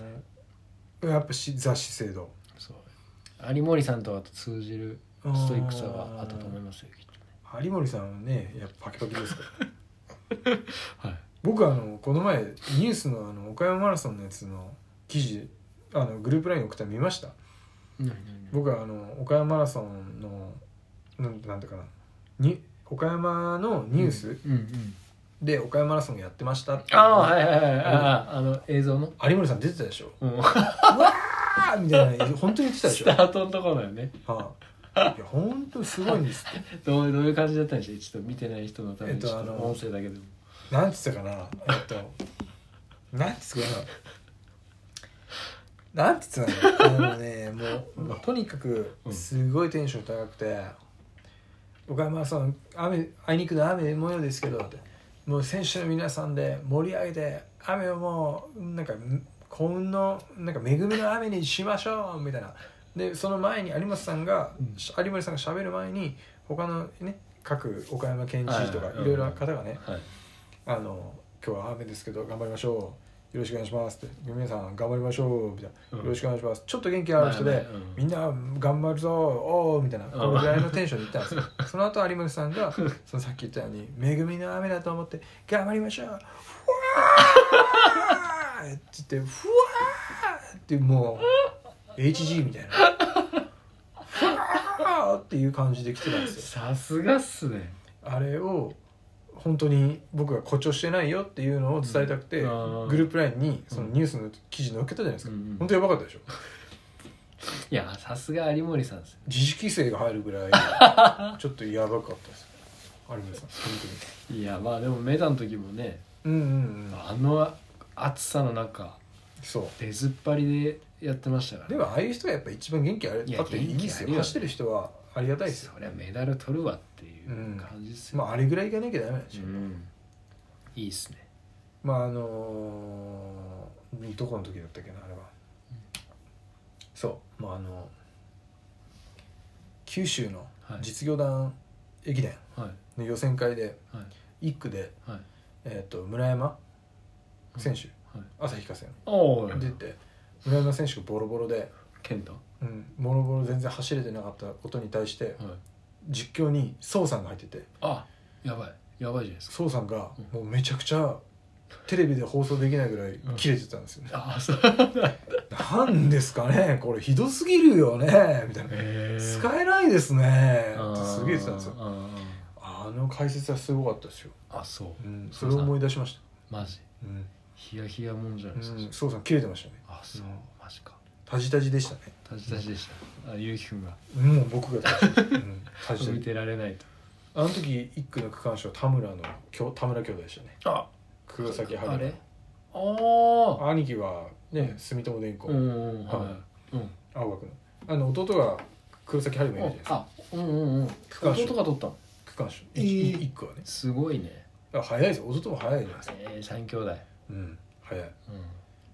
Speaker 1: い
Speaker 2: い
Speaker 1: やっぱしザ資生堂
Speaker 2: そう有森さんとは通じるストイックさがあったと思いますよきっとね
Speaker 1: うん有森さんはねやっぱパキパキですから
Speaker 2: はい
Speaker 1: 僕あのこの前ニュースのあの岡山マラソンのやつの記事あのグループラインに送ったの見ました
Speaker 2: 何何
Speaker 1: 僕はあの岡山マラソンのなんなんていうかなに岡山のニュース
Speaker 2: うんうん
Speaker 1: で岡山マラソンやってましたっていう
Speaker 2: あ
Speaker 1: の
Speaker 2: あ
Speaker 1: が
Speaker 2: はいはいはいあああの映像の
Speaker 1: 有森さん出てたでしょ
Speaker 2: うん
Speaker 1: ああみたいな本 当に言ってたでし
Speaker 2: ス
Speaker 1: ょ
Speaker 2: タートのところだよね
Speaker 1: はい、いや本当にすごいんですって
Speaker 2: どうどういう感じだったんでしょうちょっと見てない人のため
Speaker 1: え
Speaker 2: に
Speaker 1: っ
Speaker 2: ち
Speaker 1: と
Speaker 2: ょっと
Speaker 1: あの
Speaker 2: 音声だけでも
Speaker 1: なんつったかなえっとなんつったかななんつったかなあのねもうもうとにかく
Speaker 2: うん
Speaker 1: すごいテンション高くて「岡山さん雨あいにくの雨模様ですけど」ってもう選手の皆さんで盛り上げて雨をもうなんか幸運のなんか恵みの雨にしましょうみたいなでその前に有松さんが、
Speaker 2: うん
Speaker 1: 有森さんが喋る前に他のね各岡山県知事とか
Speaker 2: はいいはい
Speaker 1: ろいろな方がね、
Speaker 2: はい
Speaker 1: あの今日は雨ですけど頑張りましょうよろしくお願いしますって皆さん頑張りましょうみたいな、
Speaker 2: うん
Speaker 1: よろしくお願いしますちょっと元気ある人で、
Speaker 2: まあねうん
Speaker 1: みんな頑張るぞおーみたいなこのぐらいのテンションで言ったんですよその後有森さんが そのさっき言ったように「恵みの雨だと思って頑張りましょう!」ふわーって言って「ふわー!」ってもう HG みたいな「ふわー!」っていう感じで来てたんですよ
Speaker 2: さすがっすね
Speaker 1: あれを本当に僕が誇張してないよっていうのを伝えたくて、
Speaker 2: うんあー
Speaker 1: グループラインにそのニュースの記事載っけたじゃないですか、
Speaker 2: うんうん
Speaker 1: 本当やばかったでしょ
Speaker 2: いやさすが有森さんですよ
Speaker 1: 自主規制が入るぐ らいちょっとやばかったです有村さん本
Speaker 2: いやまあでもメタの時もね
Speaker 1: 当にうんうんうん
Speaker 2: あの暑さの中
Speaker 1: そ
Speaker 2: 出ずっぱりでやってましたから
Speaker 1: うでもああいう人がやっぱ一番元気ある
Speaker 2: いや
Speaker 1: あっていいです
Speaker 2: 元気あ
Speaker 1: よ
Speaker 2: るよ
Speaker 1: 走ってる人はありがたいですよ
Speaker 2: そりゃメダル取るわっていう感じですよ、
Speaker 1: まああれぐらいいかなきゃダメなんでし
Speaker 2: う
Speaker 1: ょ、
Speaker 2: んいいっすね
Speaker 1: まああのーどこの時だったっけなあれは、そうまああの九州の
Speaker 2: はい
Speaker 1: 実業団駅伝
Speaker 2: はい
Speaker 1: の予選会で
Speaker 2: はい
Speaker 1: 一区で、
Speaker 2: はい
Speaker 1: えー、と村山選手、
Speaker 2: はい
Speaker 1: 朝日課生
Speaker 2: おお
Speaker 1: の出て村山選手がボロボロで、
Speaker 2: 健太
Speaker 1: うん、ボロボロ全然走れてなかったことに対して
Speaker 2: は
Speaker 1: 実況に宋さんが入ってて
Speaker 2: あやばいやばいじゃないですか
Speaker 1: 宋さんがもうめちゃくちゃテレビで放送できないぐらい切れてたんですよね、
Speaker 2: あそう
Speaker 1: なんですかねこれひどすぎるよねみたいな
Speaker 2: へ
Speaker 1: 使えないですねってすげえ言ってたんですよ
Speaker 2: あー
Speaker 1: あの解説はすごかったですよ、
Speaker 2: あそう
Speaker 1: うん、それを思い出しました
Speaker 2: マジ
Speaker 1: うん
Speaker 2: ヒヤヒヤもんじゃないですか、
Speaker 1: うん宋さん切れてましたね
Speaker 2: あそう
Speaker 1: うん
Speaker 2: マジか
Speaker 1: タジタジでしたね
Speaker 2: タジタジでしたあゆうきくんが
Speaker 1: もう僕がタジタジ、うん、タジタ
Speaker 2: 見
Speaker 1: ジ
Speaker 2: てられないと
Speaker 1: あの時一区の区間賞田村のきょ田村兄弟でしたね
Speaker 2: あ
Speaker 1: 黒崎
Speaker 2: あ
Speaker 1: 春
Speaker 2: れああ
Speaker 1: 兄貴はね住友電工、
Speaker 2: うんうんうん
Speaker 1: は
Speaker 2: はいうん
Speaker 1: 青学のあの弟が黒崎春馬いるじゃないですか
Speaker 2: あうんうんうん
Speaker 1: 間賞
Speaker 2: 弟が取ったの
Speaker 1: 区間賞
Speaker 2: えー
Speaker 1: 一一区はね
Speaker 2: すごいね
Speaker 1: あ早いですよ弟も早いじゃないですか
Speaker 2: えー、三兄弟
Speaker 1: うん早い
Speaker 2: うん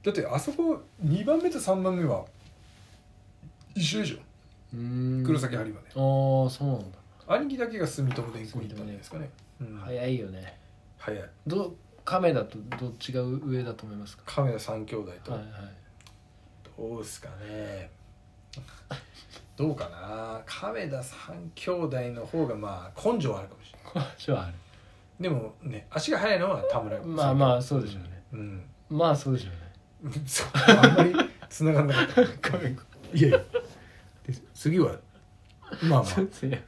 Speaker 1: だってあそこ2番目と3番目は一緒でしょ
Speaker 2: うーん
Speaker 1: 黒崎播磨で、
Speaker 2: ああそうなんだ
Speaker 1: 兄貴だけが住友電工に行ったんじゃないですかね、うん
Speaker 2: 早いよね
Speaker 1: 早い
Speaker 2: ど亀だとどっちが上だと思いますか
Speaker 1: 亀田三兄弟と、
Speaker 2: はいはい
Speaker 1: どうですかね どうかな亀田三兄弟の方がまあ根性はあるかもしれない
Speaker 2: こっちはあ
Speaker 1: でもね足が速いのは田村
Speaker 2: るまあまあそうでしょうね
Speaker 1: うん
Speaker 2: まあそうでしょうね
Speaker 1: そうあんまり繋がんなかった
Speaker 2: ごめん
Speaker 1: いやいやで次はまあま
Speaker 2: そうですね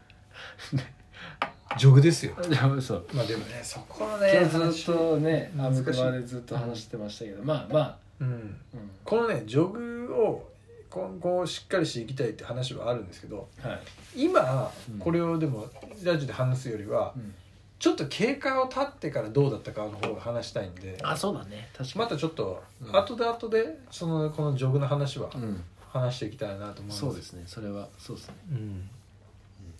Speaker 1: あジョグですよ
Speaker 2: でもそう
Speaker 1: まあでもねそこの
Speaker 2: 今
Speaker 1: ね
Speaker 2: 日ずっとねア
Speaker 1: 難しい
Speaker 2: ブクバでずっと話してましたけどまあまあ
Speaker 1: うん
Speaker 2: うん
Speaker 1: このねジョグを今後しっかりしていきたいって話はあるんですけど
Speaker 2: はい
Speaker 1: 今
Speaker 2: うん
Speaker 1: これをでもラジオで話すよりは
Speaker 2: うん
Speaker 1: ちょっと経過を経ってからどうだったかの方が話したいんで
Speaker 2: あそうだね確かに
Speaker 1: またちょっと
Speaker 2: うん
Speaker 1: 後で後でそのこのジョグの話は
Speaker 2: うん
Speaker 1: 話していきたいなと思います
Speaker 2: そうですねそれはそうですね
Speaker 1: うん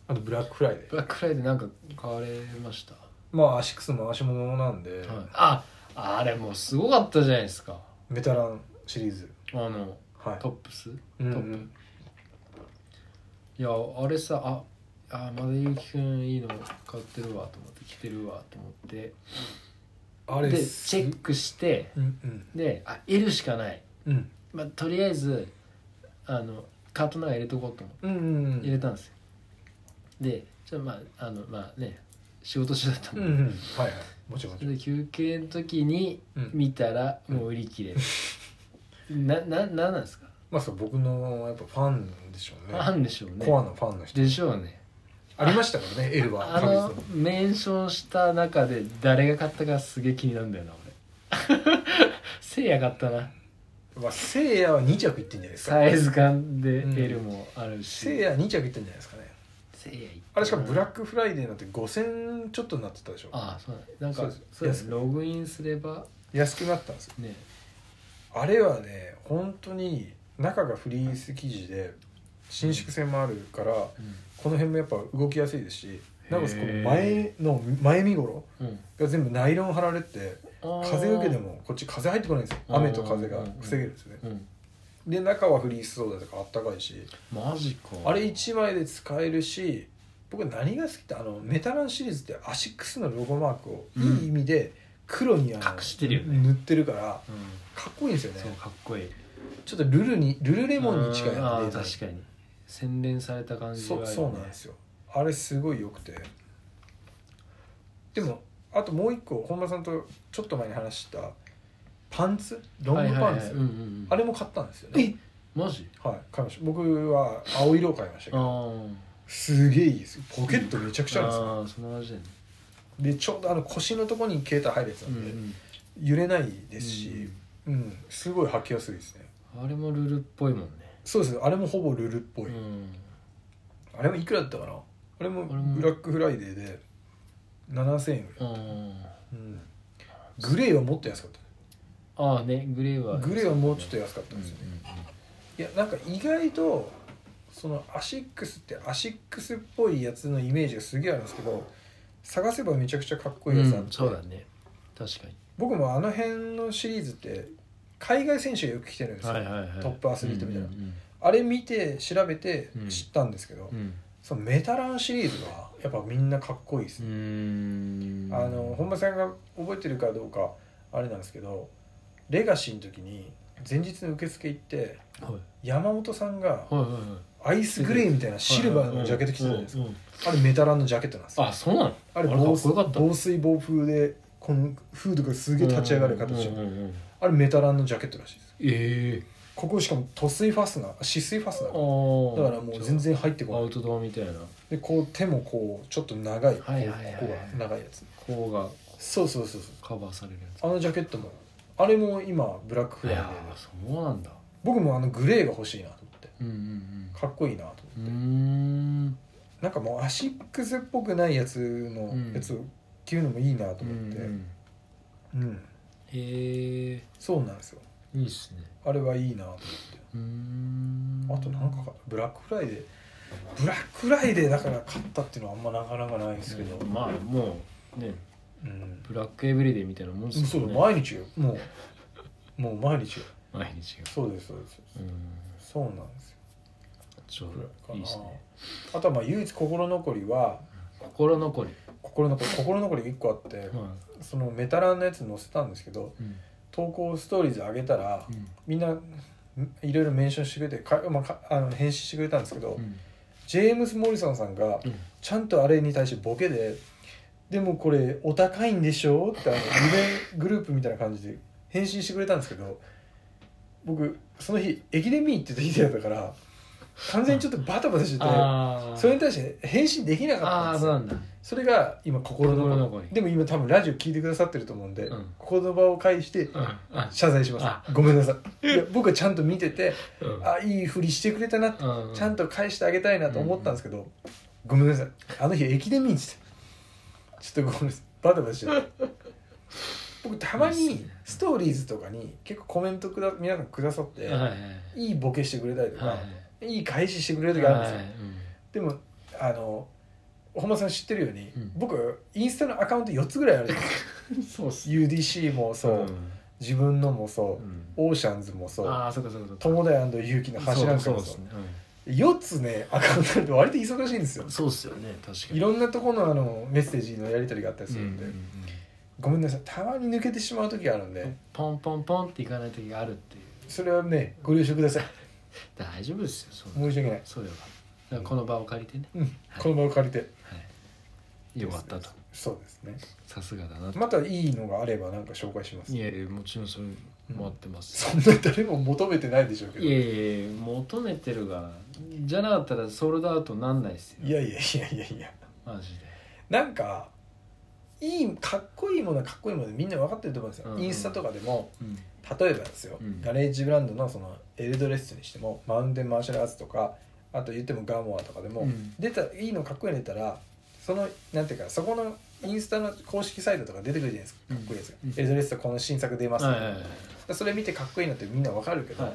Speaker 1: あとブラックフライデー
Speaker 2: ブラックフライでなんか買われました
Speaker 1: まあアシックスの回し物なんで、
Speaker 2: はい、ああれもうすごかったじゃないですか
Speaker 1: メタランシリーズ
Speaker 2: あの
Speaker 1: はい
Speaker 2: トップス、
Speaker 1: うん
Speaker 2: トップいやあれさああまだゆうきくんいいの買ってるわと思って着てるわと思って
Speaker 1: あ
Speaker 2: で
Speaker 1: れ
Speaker 2: チ
Speaker 1: す
Speaker 2: ェックして
Speaker 1: うんうん
Speaker 2: であ L しかない、
Speaker 1: うん
Speaker 2: まあ、とりあえずあのカートの中入れとこうと思って
Speaker 1: うんうんうん
Speaker 2: 入れたんですよでちょっとまああのまあね仕事中だった
Speaker 1: うんん
Speaker 2: で、
Speaker 1: うんはいはいもちろんもちろん
Speaker 2: で休憩の時に
Speaker 1: うん
Speaker 2: 見たらもう売り切れる、なななんなんですか
Speaker 1: まあそう僕のやっぱファンでしょうね
Speaker 2: あんでしょうね
Speaker 1: コアのファンの人
Speaker 2: でしょうね
Speaker 1: ありましたからね L は
Speaker 2: あ
Speaker 1: 確
Speaker 2: の
Speaker 1: 実に
Speaker 2: メンションした中で誰が買ったかすげえ気になるんだよな俺 せいや買ったな
Speaker 1: まあせいやは2着いってんじゃないですか
Speaker 2: サイズ感で
Speaker 1: うん
Speaker 2: L もあるし、
Speaker 1: せいや2着いってんじゃないですかね
Speaker 2: せいや行ったな
Speaker 1: あれしかもブラックフライデーなんて5000ちょっとになってたでしょ
Speaker 2: ああそうだなん
Speaker 1: そ
Speaker 2: か
Speaker 1: うです
Speaker 2: そうで
Speaker 1: 安
Speaker 2: す
Speaker 1: く
Speaker 2: ログインすれば
Speaker 1: 安くなったんですよ
Speaker 2: ね
Speaker 1: あれはね本当に中がフリース生地で伸縮性もあるから
Speaker 2: う
Speaker 1: この辺もやっぱ動きやすいですしなおかつこの
Speaker 2: へー
Speaker 1: 前の前身頃
Speaker 2: ん、うん
Speaker 1: が全部ナイロン貼られて
Speaker 2: あー
Speaker 1: 風受けでもこっち風入ってこないんですよ雨と風が防げるんですよね
Speaker 2: うん
Speaker 1: で中はフリースソーダとかあったかいし
Speaker 2: マジか
Speaker 1: あれ1枚で使えるし僕何が好きってあのメタランシリーズってアシックスのロゴマークを
Speaker 2: うん
Speaker 1: いい意味で黒にあの
Speaker 2: 隠してるよね
Speaker 1: 塗ってるから
Speaker 2: うん
Speaker 1: かっこいいんですよ
Speaker 2: そう
Speaker 1: ね
Speaker 2: かっこいい
Speaker 1: ちょっとルルにルルレ
Speaker 2: レ
Speaker 1: モンに近い
Speaker 2: あー
Speaker 1: デザイン
Speaker 2: 確かに洗練された感じがあ
Speaker 1: そ
Speaker 2: る
Speaker 1: そうなんですよあれすごい良くてでもあともう一個本間さんとちょっと前に話したパンツロングパンツ、
Speaker 2: はいはいはいうんうんうん
Speaker 1: あれも買ったんですよね
Speaker 2: マジ
Speaker 1: はい買いました僕は青色を買いましたけ
Speaker 2: あ
Speaker 1: ど
Speaker 2: ー
Speaker 1: すげえいいですよポケットめちゃくちゃあるんですよ
Speaker 2: あーそんな感じだよね
Speaker 1: でちょうどあの腰のとこに携帯入るやつなんで、
Speaker 2: うん
Speaker 1: 揺れないですし、うんすごい履きやすいですね
Speaker 2: うんあれもルルっぽいもんね
Speaker 1: そうですあれもほぼルルっぽい、
Speaker 2: うん
Speaker 1: あれもいくらだったかなあれも
Speaker 2: あれも
Speaker 1: ブラックフライデーで7000円ぐらい、
Speaker 2: うん
Speaker 1: うんグレーはもっと安かった
Speaker 2: ああねグレーは
Speaker 1: グレーはもうちょっと安かった
Speaker 2: うん
Speaker 1: ん
Speaker 2: う
Speaker 1: で
Speaker 2: ん
Speaker 1: すよね、いやなんか意外とそのアシックスってアシックスっぽいやつのイメージがすげえあるんですけど探せばめちゃくちゃかっこいいやつあ
Speaker 2: う
Speaker 1: っ
Speaker 2: ん
Speaker 1: て、
Speaker 2: そうだね確かに
Speaker 1: 僕もあの辺のシリーズって海外選手がよく来てるんですよ、
Speaker 2: はいはいはい
Speaker 1: トップアスリートみたいな
Speaker 2: うんうん
Speaker 1: あれ見て調べて
Speaker 2: うん
Speaker 1: 知ったんですけど、
Speaker 2: うん
Speaker 1: そのメタランシリーズはやっぱみんなかっこいいです
Speaker 2: う
Speaker 1: ね、
Speaker 2: ん
Speaker 1: あの本間さんが覚えてるかどうかあれなんですけどレガシーの時に前日の受付行って
Speaker 2: はい
Speaker 1: 山本さんが
Speaker 2: はいはいはい
Speaker 1: アイスグレーみたいなシルバーのジャケット着てたじゃないですか、
Speaker 2: うんうん
Speaker 1: あれメタランのジャケットなんですよ
Speaker 2: あそうなの
Speaker 1: あれ
Speaker 2: かっ
Speaker 1: 防
Speaker 2: こよかった
Speaker 1: 防水防風でこのフードがすげえ立ち上がる形、
Speaker 2: うんうんうんうん
Speaker 1: あれメタランのジャケットらしいです
Speaker 2: ええ
Speaker 1: ここしかも塗水ファスナーあ止水ファスナー
Speaker 2: ああ
Speaker 1: だからもう全然入ってこ
Speaker 2: ア
Speaker 1: な
Speaker 2: ウ
Speaker 1: い
Speaker 2: トドアみたいな
Speaker 1: でこう手もこうちょっと長いこうこ
Speaker 2: はいはいはい
Speaker 1: こが長いやつ
Speaker 2: こうが
Speaker 1: そうそうそうそう
Speaker 2: カバーされるやつ
Speaker 1: あのジャケットもあれも今ブラックフ
Speaker 2: い
Speaker 1: ライデ
Speaker 2: や
Speaker 1: ー
Speaker 2: ー
Speaker 1: で
Speaker 2: そうなんだ
Speaker 1: 僕もあのグレーが欲しいなと思って
Speaker 2: うんうん
Speaker 1: かっこいいなと思って
Speaker 2: うんうーん
Speaker 1: なんかもうアシックスっぽくないやつの
Speaker 2: うん
Speaker 1: やつを着るのもいいなと
Speaker 2: うんう
Speaker 1: 思ってうん、
Speaker 2: んへえ
Speaker 1: そうなんですよ
Speaker 2: いいっすね
Speaker 1: あれはいいなと思
Speaker 2: うーん
Speaker 1: ってあとなんかかブラックフライデーブラックフライデーだから買ったっていうのはあんまなかなかないですけど、うん
Speaker 2: まあもうねブラックエブリデイみたいなもんです
Speaker 1: そう
Speaker 2: よ
Speaker 1: だ
Speaker 2: ね
Speaker 1: 毎日よもうもう毎日よ
Speaker 2: 毎日が
Speaker 1: そうですそうです
Speaker 2: うん
Speaker 1: そうなんですよ
Speaker 2: ちょう
Speaker 1: ぐらいか
Speaker 2: ど
Speaker 1: ない
Speaker 2: いっすね
Speaker 1: あとはまあ唯一心残りは
Speaker 2: 心残り
Speaker 1: 心残り心残りが1個あって
Speaker 2: ま
Speaker 1: そのメタランのやつ載せたんですけど
Speaker 2: あうん
Speaker 1: 投稿ストーリーズ上げたら
Speaker 2: うん
Speaker 1: みんなんいろいろメンションしてくれてか、まあ、かあの返信してくれたんですけど、
Speaker 2: うん
Speaker 1: ジェームス・モリソンさんが
Speaker 2: うん
Speaker 1: ちゃんとあれに対してボケで「でもこれお高いんでしょ?」ってあの夢グループみたいな感じで返信してくれたんですけど僕その日駅伝見に行ってた日だったから完全にちょっとバタバタしてて
Speaker 2: ああ
Speaker 1: それに対して返信できなかったん
Speaker 2: ああ
Speaker 1: で
Speaker 2: ー
Speaker 1: す
Speaker 2: そうな
Speaker 1: よ
Speaker 2: んだ
Speaker 1: それが今心
Speaker 2: 心
Speaker 1: の
Speaker 2: 残り
Speaker 1: でも今多分ラジオ聞いてくださってると思うんで、
Speaker 2: うん
Speaker 1: この場を介して
Speaker 2: うんあ
Speaker 1: 謝罪しま
Speaker 2: あ
Speaker 1: すごめんなさ いいや僕はちゃんと見てて
Speaker 2: うん
Speaker 1: あいいふりしてくれたなって
Speaker 2: うん
Speaker 1: ちゃんと返してあげたいなと思ったんですけど、ごめんなさいあの日駅伝見に行ってたちょっとごめんなさいバタバタしてた僕たま
Speaker 2: いいっす
Speaker 1: に
Speaker 2: ね
Speaker 1: ストーリーズとかに結構コメントくだ皆さんくださって、
Speaker 2: はいはい
Speaker 1: い、いボケしてくれたりとか、、
Speaker 2: はい
Speaker 1: い返ししてくれる
Speaker 2: い
Speaker 1: 時あるんですよ、
Speaker 2: はいうん
Speaker 1: でもあの本間さん知ってるように、
Speaker 2: うん
Speaker 1: 僕インスタのアカウント4つぐらいあるん です
Speaker 2: そうっす
Speaker 1: よ UDC もそう、自分のもそう、オーシャンズもそう
Speaker 2: ああそうかそうかそうか
Speaker 1: 友田勇気の柱なんか
Speaker 2: そう
Speaker 1: も
Speaker 2: で
Speaker 1: そ
Speaker 2: す
Speaker 1: う
Speaker 2: ね
Speaker 1: 4つねアカウントあると割と忙しいんですよ
Speaker 2: うんそうっすよね確かに
Speaker 1: いろんなところのあのメッセージのやり取りがあったりするんで、
Speaker 2: うんうんうん
Speaker 1: ごめんなさいたまに抜けてしまう時があるんで、
Speaker 2: ポンポンポンっていかない時があるっていう
Speaker 1: それはねご了承ください
Speaker 2: 大丈夫ですよそんな
Speaker 1: 申し訳ない、
Speaker 2: そうよだからこの場を借りてね、
Speaker 1: うん、この場を借りて
Speaker 2: はい、よかったと
Speaker 1: そうですね
Speaker 2: さすがだなと、
Speaker 1: またいいのがあればなんか紹介します
Speaker 2: いやいやもちろんそれ待ってます、
Speaker 1: そんな誰も求めてないでしょうけど
Speaker 2: いやいやいや求めてるがじゃなかったらソールドアウトなんないっすよ
Speaker 1: いやいやいやいやいや
Speaker 2: マジで
Speaker 1: なんかいいかっこいいものはかっこいいものでみんな分かってると思うんですよ、
Speaker 2: うんうん
Speaker 1: インスタとかでも
Speaker 2: うん
Speaker 1: 例えばですよ、
Speaker 2: うん
Speaker 1: ガレージブランドのそのエルドレッスにしてもマウンテンマーシャルアーツとかあと言ってもガモアとかでも、
Speaker 2: うん
Speaker 1: 出たいいのかっこいいの出たらそのなんていうかそこのインスタの公式サイトとか出てくるじゃないですかかっこいいやつが、
Speaker 2: うん
Speaker 1: エルドレッスとこの新作出ます、
Speaker 2: はいはいはい
Speaker 1: それ見てかっこいいのってみんなわかるけど、
Speaker 2: はい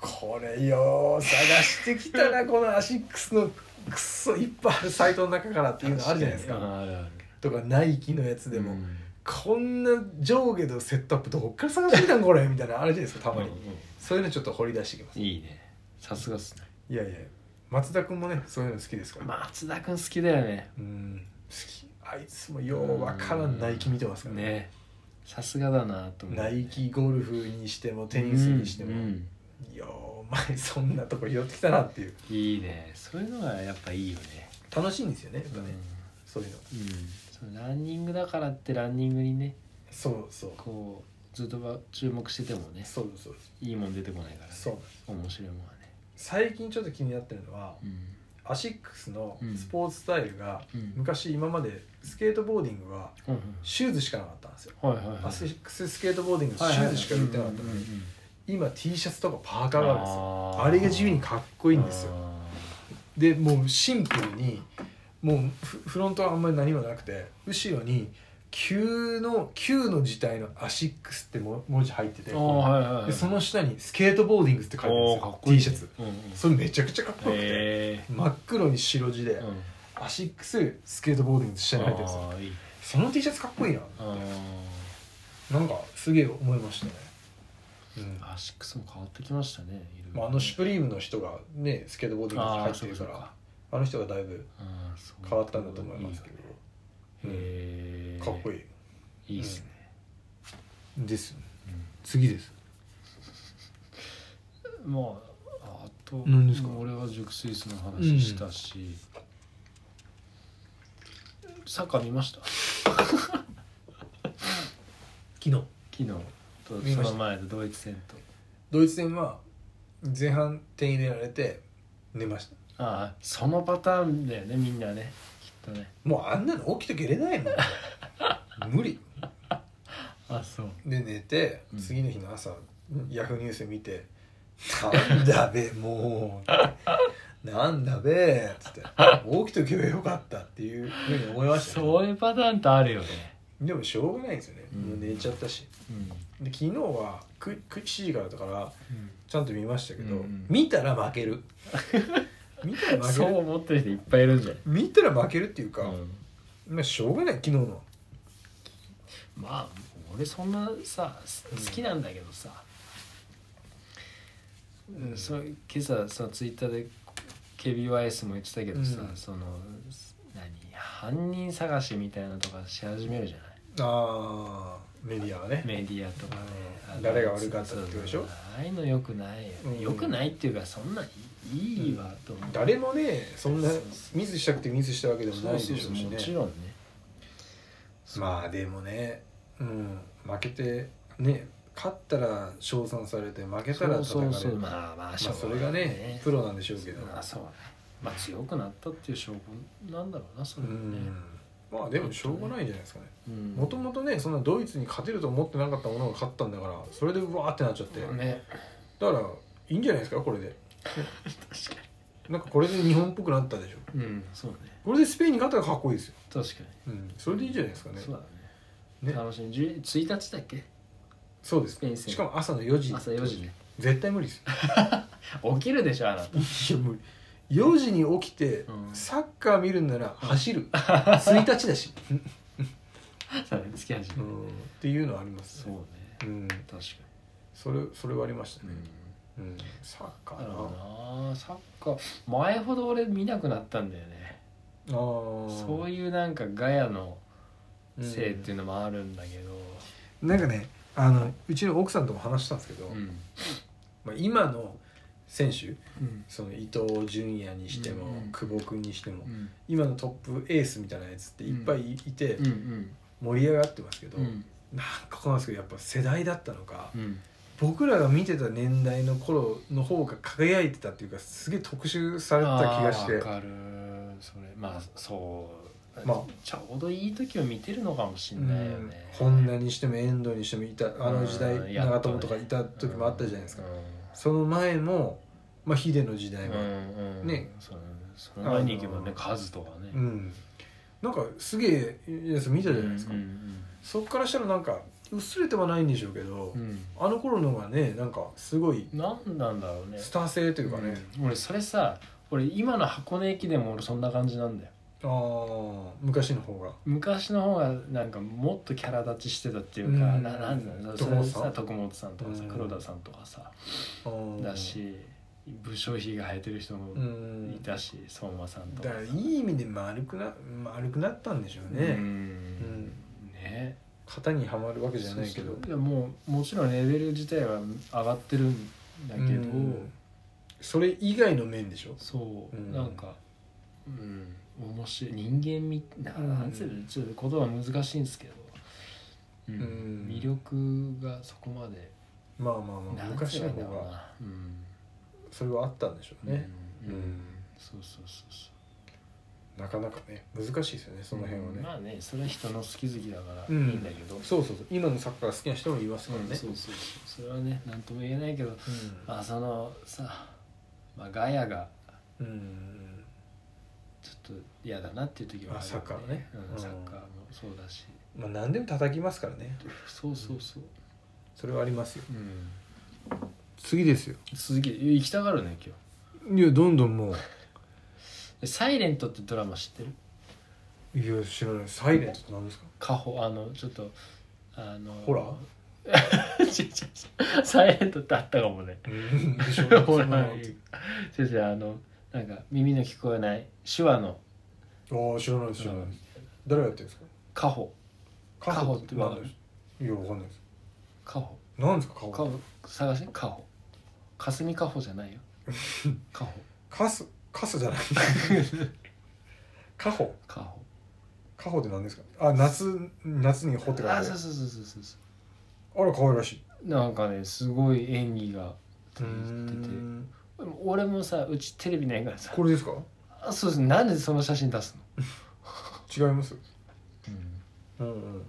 Speaker 1: これよー探してきた らこのアシックスのクソいっぱいあるサイトの中からっていうのあるじゃないですか
Speaker 2: ああるある
Speaker 1: とかナイキのやつでも、
Speaker 2: うん
Speaker 1: こんな上下のセットアップどっから探してきたんこれみたいなのあるじゃないですかたまに、
Speaker 2: うんうん
Speaker 1: そういうのちょっと掘り出してきます
Speaker 2: いいねさすがっすね
Speaker 1: いやいや松田君もねそういうの好きですから、
Speaker 2: 松田君好きだよね
Speaker 1: うん好きあいつもようわからんナイキ見てますから
Speaker 2: ねさすがだなと思う
Speaker 1: ナイキゴルフにしてもテニスにしても、
Speaker 2: うんうん
Speaker 1: ようお前そんなとこ寄ってきたなっていう
Speaker 2: いいねそういうのがやっぱいいよね
Speaker 1: 楽しいんですよねやっぱ
Speaker 2: うん
Speaker 1: ね、そういうの
Speaker 2: うんそのランニングだからってランニングにね
Speaker 1: そうそう
Speaker 2: こうずっとば注目しててもね
Speaker 1: そうそう
Speaker 2: いいもん出てこないから、ね、
Speaker 1: そう
Speaker 2: 面白いもんはね
Speaker 1: 最近ちょっと気になってるのは
Speaker 2: うん
Speaker 1: アシックスのスポーツスタイルが、
Speaker 2: うん
Speaker 1: 昔今までスケートボーディングは
Speaker 2: うん
Speaker 1: シューズしかなかったんですよ、
Speaker 2: うんはいはいはい
Speaker 1: アシックススケートボーディングのシューズしか売ってなかったのに、今 T シャツとかパーカーがあるんですよ
Speaker 2: あー
Speaker 1: あれが自由にかっこいいんですよ
Speaker 2: あ
Speaker 1: でもうシンプルにもうフフロントはあんまり何もなくて後ろに旧の旧の字体のアシックスっても文字入ってて
Speaker 2: ーあーはいはいはい
Speaker 1: でその下にスケートボーディングって書いてるんです
Speaker 2: おー
Speaker 1: よ
Speaker 2: かっこいい
Speaker 1: T シャツ
Speaker 2: うんうん
Speaker 1: それめちゃくちゃかっこよくて
Speaker 2: へ
Speaker 1: 真っ黒に白地で
Speaker 2: えうん
Speaker 1: アシックススケートボーディングって下に入ってるんですよ
Speaker 2: あーいい
Speaker 1: その T シャツかっこいいな
Speaker 2: あ
Speaker 1: なんかすげえ思いましたねうん
Speaker 2: ーアシックスも変わってきましたねいろいろ
Speaker 1: まああのシュプリームの人がねスケートボーディングに入ってるか
Speaker 2: あーそう
Speaker 1: ら
Speaker 2: か
Speaker 1: あの人がだいぶ
Speaker 2: あーそう
Speaker 1: 変わったんだと思いますけど
Speaker 2: へえ
Speaker 1: かっこい
Speaker 2: い
Speaker 1: い
Speaker 2: いいいっすね、
Speaker 1: です
Speaker 2: うん
Speaker 1: 次です
Speaker 2: もうああと
Speaker 1: 何ですか
Speaker 2: 俺は熟睡椅子の話したし、サッカー見ました
Speaker 1: 昨日
Speaker 2: 昨日と
Speaker 1: 見
Speaker 2: そ
Speaker 1: ました
Speaker 2: の前のドイツ戦と
Speaker 1: ドイツ戦は前半点入れられて寝ました
Speaker 2: ああそのパターンだよねみんなねきっとね
Speaker 1: もうあんなの起きてけれないもん 無理
Speaker 2: あそう
Speaker 1: で寝て
Speaker 2: うん
Speaker 1: 次の日の朝、ヤフーニュース見て「なんだべもうなんだべ」っつって「起きとけばよかった」っていうふうに思いましたね、
Speaker 2: そういうパターンってあるよね、
Speaker 1: でもしょうがないんですよね、
Speaker 2: うん
Speaker 1: もう寝ちゃったし
Speaker 2: うん
Speaker 1: で昨日はくく7時からだからちゃんと見ましたけど、
Speaker 2: うんうん
Speaker 1: 見たら負け る見たら負
Speaker 2: そ
Speaker 1: け
Speaker 2: う
Speaker 1: る
Speaker 2: 思ってる人いっぱいいるんじゃない
Speaker 1: 見たら負けるっていうか、
Speaker 2: うん
Speaker 1: まあしょうがない昨日の
Speaker 2: まあ俺そんなさす好きなんだけどさ、うんそう今朝そのツイッターで KBYS も言ってたけどさ、
Speaker 1: うん
Speaker 2: その何犯人探しみたいなのとかし始めるじゃない
Speaker 1: あーメディアはね
Speaker 2: メディアとかね
Speaker 1: うん
Speaker 2: あの
Speaker 1: 誰が悪かったってことでしょ
Speaker 2: そうそうああいうのよくないよ、
Speaker 1: うん
Speaker 2: よくないっていうかそんなんいいいわと思う、
Speaker 1: 誰もねそんな
Speaker 2: そうそう
Speaker 1: ミスしたくてミスしたわけでも
Speaker 2: そ
Speaker 1: ないうでし
Speaker 2: そ
Speaker 1: ょうし
Speaker 2: うそう
Speaker 1: ね
Speaker 2: もちろんね
Speaker 1: まあでもね、うん、負けてね勝ったら称賛されて負けたら叩
Speaker 2: そ
Speaker 1: かれ
Speaker 2: う
Speaker 1: る
Speaker 2: そうそう
Speaker 1: まあ
Speaker 2: まあまあしょう
Speaker 1: それ
Speaker 2: が
Speaker 1: が
Speaker 2: ない
Speaker 1: ねプロなんでしょうけど
Speaker 2: まあそうねまあ強くなったっていう証拠なんだろうなそうれはね
Speaker 1: んまあでもしょうがないんじゃないですかね
Speaker 2: うん
Speaker 1: もともとねそんなドイツに勝てると思ってなかったものが勝ったんだからそれでうわーってなっちゃってだか
Speaker 2: ね
Speaker 1: らいいんじゃないですかこれで
Speaker 2: 確か
Speaker 1: なんかこれで日本っぽくなったでしょ
Speaker 2: にうんそうね
Speaker 1: これでスペインに勝ったらかっこいいですよ、
Speaker 2: 確か
Speaker 1: うん、それでいいじゃないですか
Speaker 2: に
Speaker 1: ね
Speaker 2: そうだ
Speaker 1: ね
Speaker 2: ね楽しみ10 1日だっけ
Speaker 1: そうで
Speaker 2: スペイン
Speaker 1: す
Speaker 2: 戦
Speaker 1: しかも朝の4時
Speaker 2: 朝4時ね
Speaker 1: 絶対無 理です
Speaker 2: 起きるでしょあなた
Speaker 1: よいや無理4時に起きて、
Speaker 2: うん
Speaker 1: サッカー見るんなら走 る1日だし、
Speaker 2: そうだね月始
Speaker 1: う
Speaker 2: め
Speaker 1: ん、っていうのはあります
Speaker 2: そう
Speaker 1: ね
Speaker 2: ね
Speaker 1: うん、
Speaker 2: 確か
Speaker 1: それそれはありました
Speaker 2: に
Speaker 1: ね
Speaker 2: う、
Speaker 1: うんサッカ
Speaker 2: ん
Speaker 1: ー
Speaker 2: な
Speaker 1: な
Speaker 2: るほどなサッカー前ほど俺見なくなったんだよね
Speaker 1: あー
Speaker 2: そういうなんかガヤのせいっていううのもあるんだけど
Speaker 1: んなんかねあのうちの奥さんとも話したんですけど、
Speaker 2: うん
Speaker 1: まあ、今の選手
Speaker 2: うん
Speaker 1: その伊東純也にしても、
Speaker 2: うん
Speaker 1: 久保君にしても、
Speaker 2: うん
Speaker 1: 今のトップエースみたいなやつっていっぱいいて
Speaker 2: うんうん
Speaker 1: 盛り上がってますけど、
Speaker 2: うん
Speaker 1: なんかこうなんですけどやっぱ世代だったのか、
Speaker 2: うん
Speaker 1: 僕らが見てた年代の頃の方が輝いてたっていうかすげえ特集されてた気がし
Speaker 2: あー
Speaker 1: て
Speaker 2: わかるそれまあそう、
Speaker 1: まあ
Speaker 2: ちょうどいい時を見てるのかもし
Speaker 1: うん
Speaker 2: ないよ
Speaker 1: ん
Speaker 2: ね、
Speaker 1: 本田にしても遠藤にしてもいたあの時代
Speaker 2: うんやっとね
Speaker 1: 長友とかいた時もあったじゃないですか、
Speaker 2: うん
Speaker 1: その前も、まあ、ヒデの時代
Speaker 2: うん
Speaker 1: も、
Speaker 2: うんうん
Speaker 1: ね
Speaker 2: そうその前に行けばね
Speaker 1: あの
Speaker 2: カズとかね、
Speaker 1: うんなんかすげえやつ見たじゃないですか、
Speaker 2: うんうん
Speaker 1: そっからしたらなんか薄れてはないんでしょうけど、
Speaker 2: うん
Speaker 1: あの頃のがねなんかすごい
Speaker 2: なんなんだろうね
Speaker 1: スター性というかね、
Speaker 2: うん俺それさ俺今の箱根駅伝も俺そんな感じなんだよ
Speaker 1: ああ昔の方が
Speaker 2: 昔の方がなんかもっとキャラ立ちしてたっていうか、
Speaker 1: うん
Speaker 2: ななんだろう
Speaker 1: 徳
Speaker 2: そ
Speaker 1: 本
Speaker 2: れ
Speaker 1: さん
Speaker 2: さ徳本さんとかさ
Speaker 1: うん
Speaker 2: 黒田さんとかさ、
Speaker 1: あー
Speaker 2: だし武将髭が生えてる人も
Speaker 1: うん
Speaker 2: いたし相馬さんと
Speaker 1: だからいい意味で丸くな丸くなったんでしょうね、
Speaker 2: うんね
Speaker 1: 型にはまるわけじゃないけ
Speaker 2: そ
Speaker 1: ど
Speaker 2: うそういやもうもちろんレベル自体は上がってるんだけど、
Speaker 1: うんそれ以外の面でしょ
Speaker 2: そう、
Speaker 1: うん
Speaker 2: なんか、うん、面白い人間みな
Speaker 1: うん
Speaker 2: なんつうのちょっと言葉難しいんですけど、うん
Speaker 1: うん
Speaker 2: 魅力がそこまで
Speaker 1: まあまあまあ
Speaker 2: なんつ
Speaker 1: 昔
Speaker 2: う
Speaker 1: の
Speaker 2: ん
Speaker 1: 方
Speaker 2: だろう
Speaker 1: が
Speaker 2: な、うん、
Speaker 1: それはあったんでしょうね、
Speaker 2: うん、う
Speaker 1: うんん、
Speaker 2: そうそうそうそう
Speaker 1: なかなかね難しいですよねその辺はね、
Speaker 2: まあねそれは人の好き好きだからい
Speaker 1: うん
Speaker 2: いんだけど、
Speaker 1: そうそうそう今のサッカー好きな人もいますからね、
Speaker 2: そうそうそうそれはね何とも言えないけど
Speaker 1: うん
Speaker 2: まあそのさ、まあ、ガヤが
Speaker 1: うん
Speaker 2: ちょっと嫌だなっていう時はあるよ
Speaker 1: あサッカーはね
Speaker 2: う、
Speaker 1: うんん
Speaker 2: サッカーもそうだし
Speaker 1: まあ、何でも叩きますからね
Speaker 2: そうそうそう、
Speaker 1: それはありますよ
Speaker 2: うん、
Speaker 1: 次ですよ
Speaker 2: 続き行きたがるね今
Speaker 1: いやどんどんも
Speaker 2: 日「サイレントってドラマ知ってる
Speaker 1: ういや知らないサイレントって何ですか
Speaker 2: カホあのちょっとあの
Speaker 1: ホラー
Speaker 2: 違う違う違うサイレントってあったかもね
Speaker 1: うんでし ょ
Speaker 2: ホラー
Speaker 1: そん
Speaker 2: 先生あのなんか耳の聞こえない手話の
Speaker 1: なのああ知らないです知らないです誰がやってるんですか
Speaker 2: カホ
Speaker 1: カ
Speaker 2: カ
Speaker 1: ホ
Speaker 2: ホっ
Speaker 1: ってて
Speaker 2: わか
Speaker 1: 何
Speaker 2: る
Speaker 1: ですいやわかんないです
Speaker 2: カホ
Speaker 1: 何ですかカホ
Speaker 2: カホ探してカホ霞カホじゃないよカホ
Speaker 1: カスカスじゃないカホ
Speaker 2: カホ
Speaker 1: カホって何ですかあ夏夏にホって書いてあ
Speaker 2: あ
Speaker 1: る
Speaker 2: そうそうそうそうそうそ
Speaker 1: あら可愛らしいう
Speaker 2: なんかねすごい演技が
Speaker 1: うー
Speaker 2: 出てて
Speaker 1: ん
Speaker 2: でも俺もさうちテレビないからさ
Speaker 1: これですか
Speaker 2: あそうですなんでその写真出す
Speaker 1: 違います
Speaker 2: の、
Speaker 1: うんうん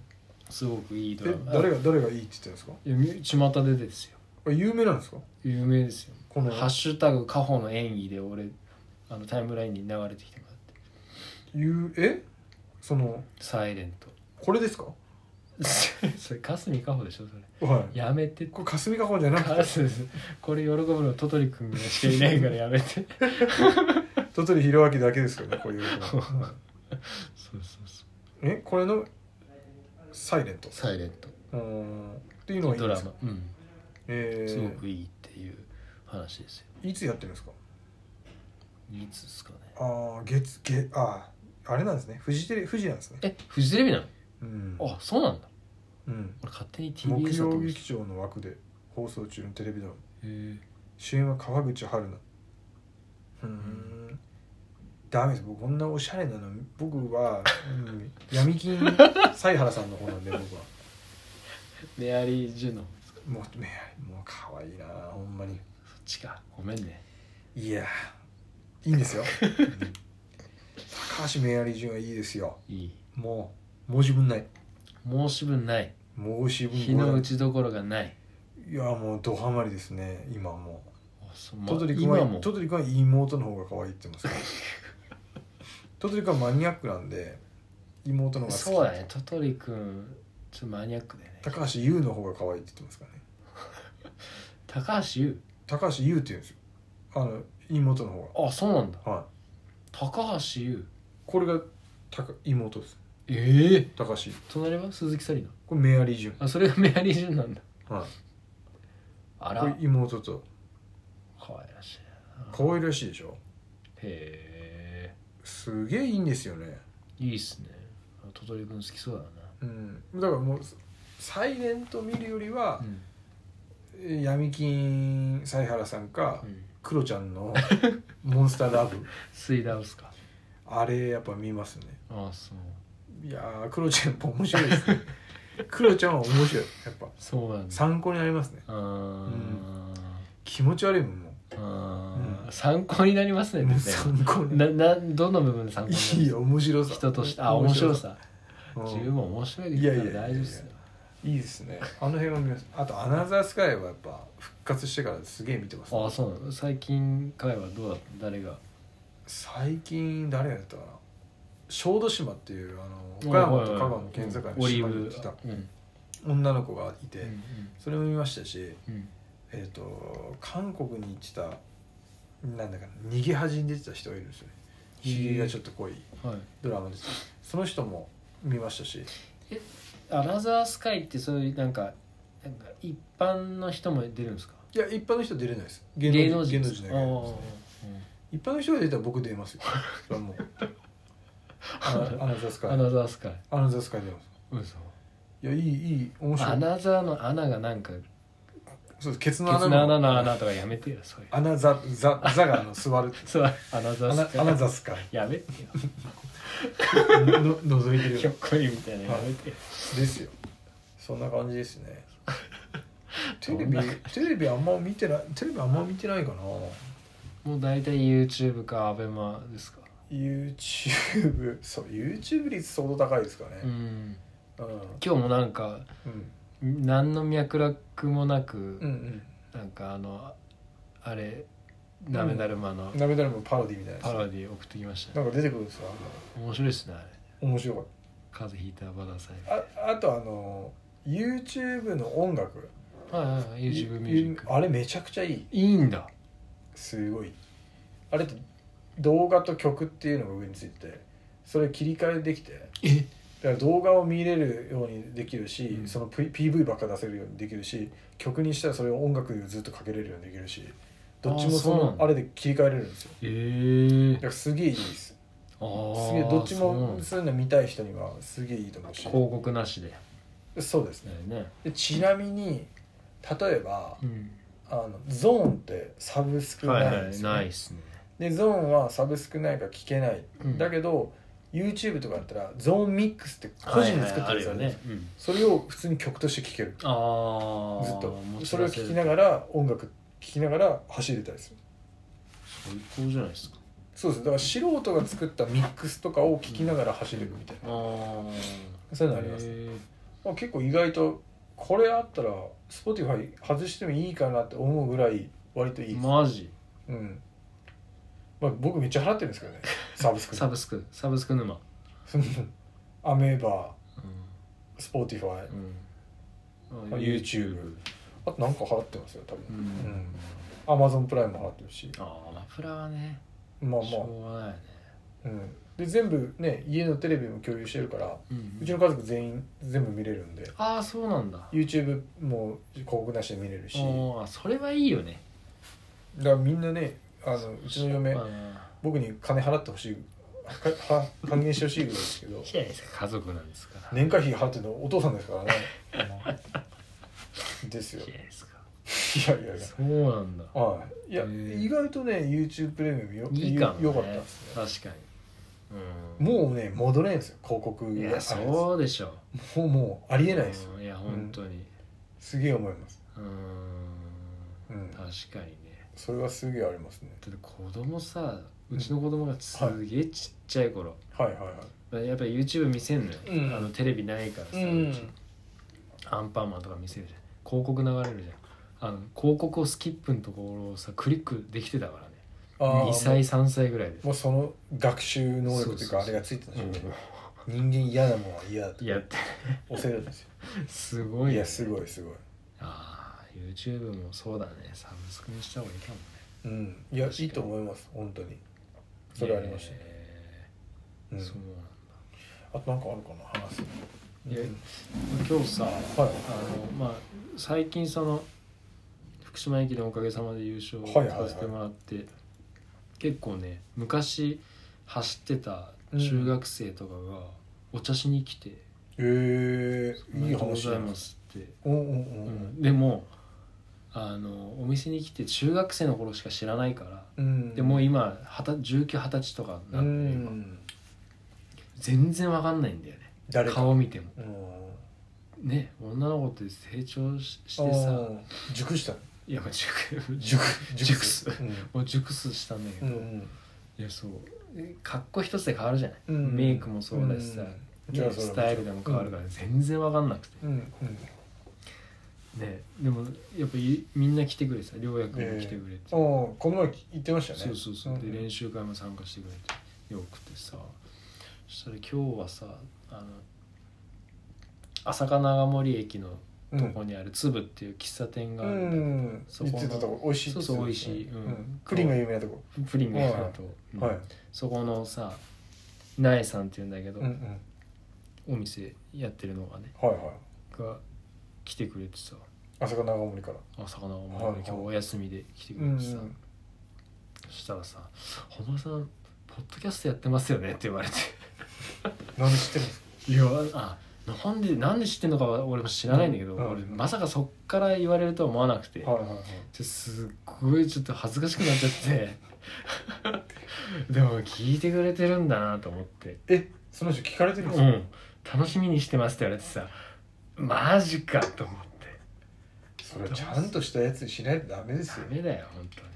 Speaker 2: すごくいいドラ
Speaker 1: え
Speaker 2: マ
Speaker 1: 誰が誰がいいって言ったんですか
Speaker 2: いやみ巷でですよ
Speaker 1: あ有名なんですか
Speaker 2: 有名ですよ
Speaker 1: この
Speaker 2: ハッシュタグカホの演技で俺あのタイムラインに流れてきてもらって
Speaker 1: ゆえその
Speaker 2: サイレント
Speaker 1: これですか
Speaker 2: それかすみカホでしょそれ
Speaker 1: はい
Speaker 2: やめてって
Speaker 1: これ霞ヶ穂じゃなく
Speaker 2: カ
Speaker 1: て
Speaker 2: スこれ喜ぶのトトリくんがしかいないからやめ て
Speaker 1: 鳥取弘明だけですよねこういう のはい
Speaker 2: そうそうそう
Speaker 1: えこれのサイレント
Speaker 2: サイレント
Speaker 1: うーんっていうのがいい
Speaker 2: ド
Speaker 1: んで
Speaker 2: ラ
Speaker 1: すか
Speaker 2: マうん
Speaker 1: え
Speaker 2: すご
Speaker 1: ー
Speaker 2: くいいっていう話ですよ
Speaker 1: いつやってるんですか
Speaker 2: いつですかね
Speaker 1: ああ月月あーあれなんですねフジテレフジなんですね
Speaker 2: えフジテレビな
Speaker 1: うん
Speaker 2: のあそうなんだ
Speaker 1: うん
Speaker 2: 俺勝手に TBS
Speaker 1: 木
Speaker 2: だと
Speaker 1: 曜
Speaker 2: 思ってた
Speaker 1: 劇場の枠で放送中のテレビドラマ
Speaker 2: へえ
Speaker 1: 主演は川口春奈うーんダメです僕こんなおしゃれなの僕は、うん、闇 金犀原さんの方なんで僕は
Speaker 2: メアリー・ジュノン
Speaker 1: もうねもう可愛いなほんまに
Speaker 2: そっちかごめんね
Speaker 1: いやいいんですようん高橋メアリージュンはいいですよ
Speaker 2: いい
Speaker 1: もう申し分ない
Speaker 2: 申し分ない
Speaker 1: 申し
Speaker 2: 日
Speaker 1: 分
Speaker 2: の
Speaker 1: な
Speaker 2: 打
Speaker 1: い
Speaker 2: ちどころがない
Speaker 1: いやもうドハマりですね今もう
Speaker 2: あそうまあ
Speaker 1: トトリ君
Speaker 2: 今
Speaker 1: は
Speaker 2: も
Speaker 1: トトリ君は妹の方が可愛いって言ってますトトリ君はマニアックなんで妹の方が好き
Speaker 2: そうだねトトリくんちょっとマニアックだよね
Speaker 1: 高橋優の方が可愛いって言ってますからね
Speaker 2: 高橋優
Speaker 1: 高橋優って言うんですよあの妹の方
Speaker 2: あそうなんだ
Speaker 1: がはい
Speaker 2: 高橋優
Speaker 1: これが高妹です
Speaker 2: ええ
Speaker 1: 高橋優
Speaker 2: 隣は鈴木紗理奈
Speaker 1: これメアリージュン
Speaker 2: あそれがメアリー・ジュンなんだ
Speaker 1: はい
Speaker 2: あら
Speaker 1: これ妹と
Speaker 2: 可愛らしいな
Speaker 1: 可愛らしいでしょ
Speaker 2: へ
Speaker 1: すげえいいんですよね
Speaker 2: えいいっすねあトトリくん好きそうだ
Speaker 1: うんだからもうサイレント見るよりは
Speaker 2: な、うん
Speaker 1: えー闇金犀原さんか
Speaker 2: うん
Speaker 1: クロちゃんの モンスターラブ
Speaker 2: 水ダウスか
Speaker 1: あれやっぱ見ますね
Speaker 2: あそう
Speaker 1: いやークロちゃんやっぱ面白いです ねクロちゃんは面白いやっぱ
Speaker 2: そうなんだ
Speaker 1: 参考になりますね
Speaker 2: あー
Speaker 1: 気持ち悪いもんも
Speaker 2: あ
Speaker 1: う
Speaker 2: ー参考になります
Speaker 1: う
Speaker 2: ね
Speaker 1: もう
Speaker 2: 別に
Speaker 1: 参考 にな
Speaker 2: ななどの部分で参考になる
Speaker 1: いいよ面白さ
Speaker 2: 人としてあ面白さ
Speaker 1: うん
Speaker 2: 十分面白い
Speaker 1: いやいや
Speaker 2: から大丈夫っすよ
Speaker 1: いいですねあの辺は見ますあと「アナザースカイ」はやっぱ復活してからすげえ見てます、
Speaker 2: ああそうなの最近会はどうだった誰が
Speaker 1: 最近誰がやったかな小豆島っていうあの岡
Speaker 2: お
Speaker 1: 山
Speaker 2: いお
Speaker 1: と
Speaker 2: い
Speaker 1: 香川の県境
Speaker 2: うん
Speaker 1: の島
Speaker 2: オリー
Speaker 1: に行
Speaker 2: ブ
Speaker 1: ってた
Speaker 2: うん
Speaker 1: 女の子がい
Speaker 2: うんう
Speaker 1: て
Speaker 2: ん
Speaker 1: それも見ましたし、
Speaker 2: うん
Speaker 1: えっと韓国に行ってたなんだかな逃げ恥に出てた人がいるんですよね
Speaker 2: へえ
Speaker 1: ひげがちょっと濃い
Speaker 2: はい
Speaker 1: ドラマですその人も見ましたし
Speaker 2: アナザースカイってそういうなんかなんか一般の人も出るんですか
Speaker 1: いや一般の人出れないです芸
Speaker 2: 芸能人
Speaker 1: 芸
Speaker 2: で
Speaker 1: 能
Speaker 2: す
Speaker 1: 人
Speaker 2: か
Speaker 1: だけど一般の人が出たら僕出 ますよそれはもうあアナザースカ
Speaker 2: あー
Speaker 1: イ
Speaker 2: アナザースカイ
Speaker 1: アナザースカイ出ます
Speaker 2: 嘘
Speaker 1: いやいいいい面白
Speaker 2: ア
Speaker 1: い
Speaker 2: ナザーの穴がなんかケ
Speaker 1: そうですケツ
Speaker 2: ツ
Speaker 1: の穴
Speaker 2: の穴の穴とかやめてよそういう
Speaker 1: アナザザザがあの座る
Speaker 2: そうアナザ
Speaker 1: ア
Speaker 2: ー
Speaker 1: ナ
Speaker 2: ス
Speaker 1: ア
Speaker 2: カ
Speaker 1: ナ
Speaker 2: イ
Speaker 1: ザスカイ
Speaker 2: やめてよ
Speaker 1: のの覗いてる
Speaker 2: ひょっこりみたいなのやめてよ
Speaker 1: ですよそんな感じです ねテレビ
Speaker 2: どんな
Speaker 1: テレビあんま見てないテレビあんま見てないかな
Speaker 2: もう大体 YouTube か ABEMA ですか
Speaker 1: YouTube そう YouTube 率相当高いですか
Speaker 2: う
Speaker 1: ね
Speaker 2: ん
Speaker 1: うんうん
Speaker 2: 今日もなんか何の脈絡もなく、
Speaker 1: うんうん
Speaker 2: なんかあのあれダメだるまの
Speaker 1: 鍋だるまパロディみたいな
Speaker 2: パ
Speaker 1: や
Speaker 2: ロディ送ってきまし
Speaker 1: つ
Speaker 2: た
Speaker 1: な
Speaker 2: ね、
Speaker 1: んか出てくるんですか
Speaker 2: 面白いですねあれ
Speaker 1: 面白かっ
Speaker 2: 風邪ひいたバダサイ
Speaker 1: たああとあの YouTube の音楽
Speaker 2: はいはいはい YouTube ミュージック
Speaker 1: あれめちゃくちゃいい
Speaker 2: いいんだ
Speaker 1: すごいあれって動画と曲っていうのが上についててそれ切り替えできて
Speaker 2: え
Speaker 1: だから動画を見れるようにできるし、
Speaker 2: うん
Speaker 1: その P- PV ばっか出せるようにできるし曲にしたらそれを音楽ずっとかけれるようにできるしどっちもそ
Speaker 2: あーそうな
Speaker 1: の
Speaker 2: んだ
Speaker 1: あれで切り替えれるんですよ
Speaker 2: え
Speaker 1: だからすげえいいです
Speaker 2: あー
Speaker 1: すげえどっち
Speaker 2: そうな
Speaker 1: も
Speaker 2: んだ
Speaker 1: そういうの見たい人にはすげえいいと思うし
Speaker 2: 広告なしで
Speaker 1: そうですね
Speaker 2: ね、
Speaker 1: でちなみに例えば
Speaker 2: うん、
Speaker 1: あのゾーンってサブスクないんですよね、
Speaker 2: ないっすね
Speaker 1: でゾーンはサブスクないから聞けない、
Speaker 2: うん
Speaker 1: だけど YouTube とかだったらゾーンミックスって個人で作ってるんですよね,、
Speaker 2: はいはいあるよね、うん
Speaker 1: それを普通に曲として聴ける
Speaker 2: あ
Speaker 1: ずっとそれを聴きなが
Speaker 2: ら
Speaker 1: ら音楽聴きながら走れたりする
Speaker 2: 最高じゃないですか
Speaker 1: そうですだから素人が作ったミックスとかを聴きながら走れるみたい
Speaker 2: あ
Speaker 1: な、
Speaker 2: ー
Speaker 1: そういうのあります、
Speaker 2: へー
Speaker 1: まあ、結構意外とこれあったら Spotify 外してもいいかなって思うぐらい割といいです、
Speaker 2: マジ
Speaker 1: うんまあ、僕めっちゃ払ってるんですけどねサブスク
Speaker 2: サブスクサブスク沼、
Speaker 1: アメーバ
Speaker 2: う
Speaker 1: ー Spotify
Speaker 2: んうん、
Speaker 1: あ YouTube あとなんか払ってますよ多
Speaker 2: う
Speaker 1: 分、うん
Speaker 2: ん、
Speaker 1: Amazon プライムも払ってるし
Speaker 2: ああアマプラはね
Speaker 1: まあま
Speaker 2: しょうがないよね、
Speaker 1: あ、うん、で全部ね家のテレビも共有してるから
Speaker 2: うん
Speaker 1: うちの家族全員全部見れるんで
Speaker 2: ああそうなんだ
Speaker 1: YouTube も広告なしで見れるし
Speaker 2: おーそれはいいよね
Speaker 1: だからみんなねあのうちの嫁
Speaker 2: まあ
Speaker 1: 僕に金払ってほしいかは還元してほしいぐらいですけど
Speaker 2: いいじゃないですか家族なんですから、
Speaker 1: 年会費払ってるのお父さんですからねです
Speaker 2: いい
Speaker 1: よ
Speaker 2: じゃ
Speaker 1: い
Speaker 2: ないですか
Speaker 1: やいやいや
Speaker 2: そうなんだ
Speaker 1: はいいや
Speaker 2: へー
Speaker 1: 意外とね YouTube プレミアムよ
Speaker 2: いいかも、ね、
Speaker 1: よかったですね
Speaker 2: 確かに、うん、
Speaker 1: もうね戻れんですよ広告
Speaker 2: い
Speaker 1: あれ
Speaker 2: や
Speaker 1: です
Speaker 2: そうでしょ
Speaker 1: もうもうありえないですよ
Speaker 2: うんいや本当に
Speaker 1: すげえ思います
Speaker 2: うん
Speaker 1: うん
Speaker 2: 確かにね
Speaker 1: それはすげえありますね
Speaker 2: だって子供さうちの子供がすげえちっちゃい頃、
Speaker 1: はいはいはい
Speaker 2: やっぱり YouTube 見せんのよ、
Speaker 1: うん
Speaker 2: あのテレビないからさ、うちアンパンマンとか見せるじゃん広告流れるじゃんあの広告をスキップのところをさクリックできてたからね
Speaker 1: あー
Speaker 2: 2歳3歳ぐらいで
Speaker 1: もうその学習能力というか
Speaker 2: そうそうそう
Speaker 1: あれがついてたんでしょうけど
Speaker 2: うん
Speaker 1: 人間嫌なもんは嫌だと
Speaker 2: やって
Speaker 1: 教えるんですよ
Speaker 2: すごいよね
Speaker 1: いやすごいすごい
Speaker 2: ああ YouTube もそうだねサブスクにした方がいいかもね
Speaker 1: うんいや
Speaker 2: 確か
Speaker 1: い
Speaker 2: に
Speaker 1: いと思います本当にそれはありましたね
Speaker 2: へ
Speaker 1: う
Speaker 2: ー
Speaker 1: ん
Speaker 2: そうなん
Speaker 1: あとなんかあるかな話す
Speaker 2: いや
Speaker 1: うん
Speaker 2: だ今日さ
Speaker 1: はい
Speaker 2: あのまあ最近その福島駅のおかげさまで優勝
Speaker 1: はいはいはい
Speaker 2: させてもらって、結構ね昔走ってた中学生とかがお茶しに来て
Speaker 1: え
Speaker 2: 「お
Speaker 1: ー、
Speaker 2: め
Speaker 1: いい
Speaker 2: でとうご
Speaker 1: 話
Speaker 2: ざ
Speaker 1: だ
Speaker 2: います」って、
Speaker 1: うんうんう
Speaker 2: う
Speaker 1: んん
Speaker 2: でもあのお店に来て中学生の頃しか知らないから
Speaker 1: うん
Speaker 2: でもう今二十1920歳とか
Speaker 1: う
Speaker 2: なんで、今
Speaker 1: ん
Speaker 2: 全然わかんないんだよね
Speaker 1: 誰か
Speaker 2: 顔見ても
Speaker 1: うん
Speaker 2: ね女の子って成長しし
Speaker 1: あ
Speaker 2: てさ
Speaker 1: ー熟したの
Speaker 2: いやもう熟
Speaker 1: 熟
Speaker 2: 熟す
Speaker 1: うん
Speaker 2: もう熟すしたんだけ
Speaker 1: う
Speaker 2: ど、い
Speaker 1: ん
Speaker 2: やそう格好一つで変わるじゃない、
Speaker 1: うん
Speaker 2: メイクもそうだしさ、
Speaker 1: うん
Speaker 2: ね
Speaker 1: じゃあそれは
Speaker 2: スタイルでも変わるから全然わかんなくて、
Speaker 1: うんうん
Speaker 2: ねでもやっぱりみんな来てくれてさ亮也君も来てくれて、
Speaker 1: ああこの前言ってましたね
Speaker 2: そうそうそう、
Speaker 1: ん
Speaker 2: で練習会も参加してくれてよくてさそしたら今日はさあの朝霞長森駅の
Speaker 1: うん
Speaker 2: とこにある粒っていう喫茶店があ
Speaker 1: う
Speaker 2: るんだけど、
Speaker 1: ん
Speaker 2: そこ
Speaker 1: 言
Speaker 2: の
Speaker 1: ってたとこ美味しいって言ってた
Speaker 2: そうそう美味しいうん
Speaker 1: クリームが有名なとこ
Speaker 2: プリンがやると、うん
Speaker 1: はい
Speaker 2: そこのさ苗さんっていうんだけど、
Speaker 1: うんうん
Speaker 2: お店やってるのがね
Speaker 1: はいはい
Speaker 2: が来てくれてさ
Speaker 1: 朝霞長森から
Speaker 2: あ魚を
Speaker 1: はいはい
Speaker 2: 今日お休みで来てく
Speaker 1: う
Speaker 2: れ
Speaker 1: ん
Speaker 2: てさ、そしたらさ「本間さんポッドキャストやってますよね」って言われて
Speaker 1: 何知ってるんですか
Speaker 2: いやあなんでなんで知ってんのかは俺も知らないんだけど、
Speaker 1: うん
Speaker 2: 俺まさかそっから言われるとは思わなくて、
Speaker 1: はいはいはい
Speaker 2: ですっごいちょっと恥ずかしくなっちゃって でも聞いてくれてるんだなと思って
Speaker 1: えその人聞かれてるんです
Speaker 2: う
Speaker 1: か
Speaker 2: ん楽しみにしてますって言われてさマジかと思って
Speaker 1: それちゃんとしたやつにしないとダメです
Speaker 2: ダ
Speaker 1: よ
Speaker 2: メだよ本当に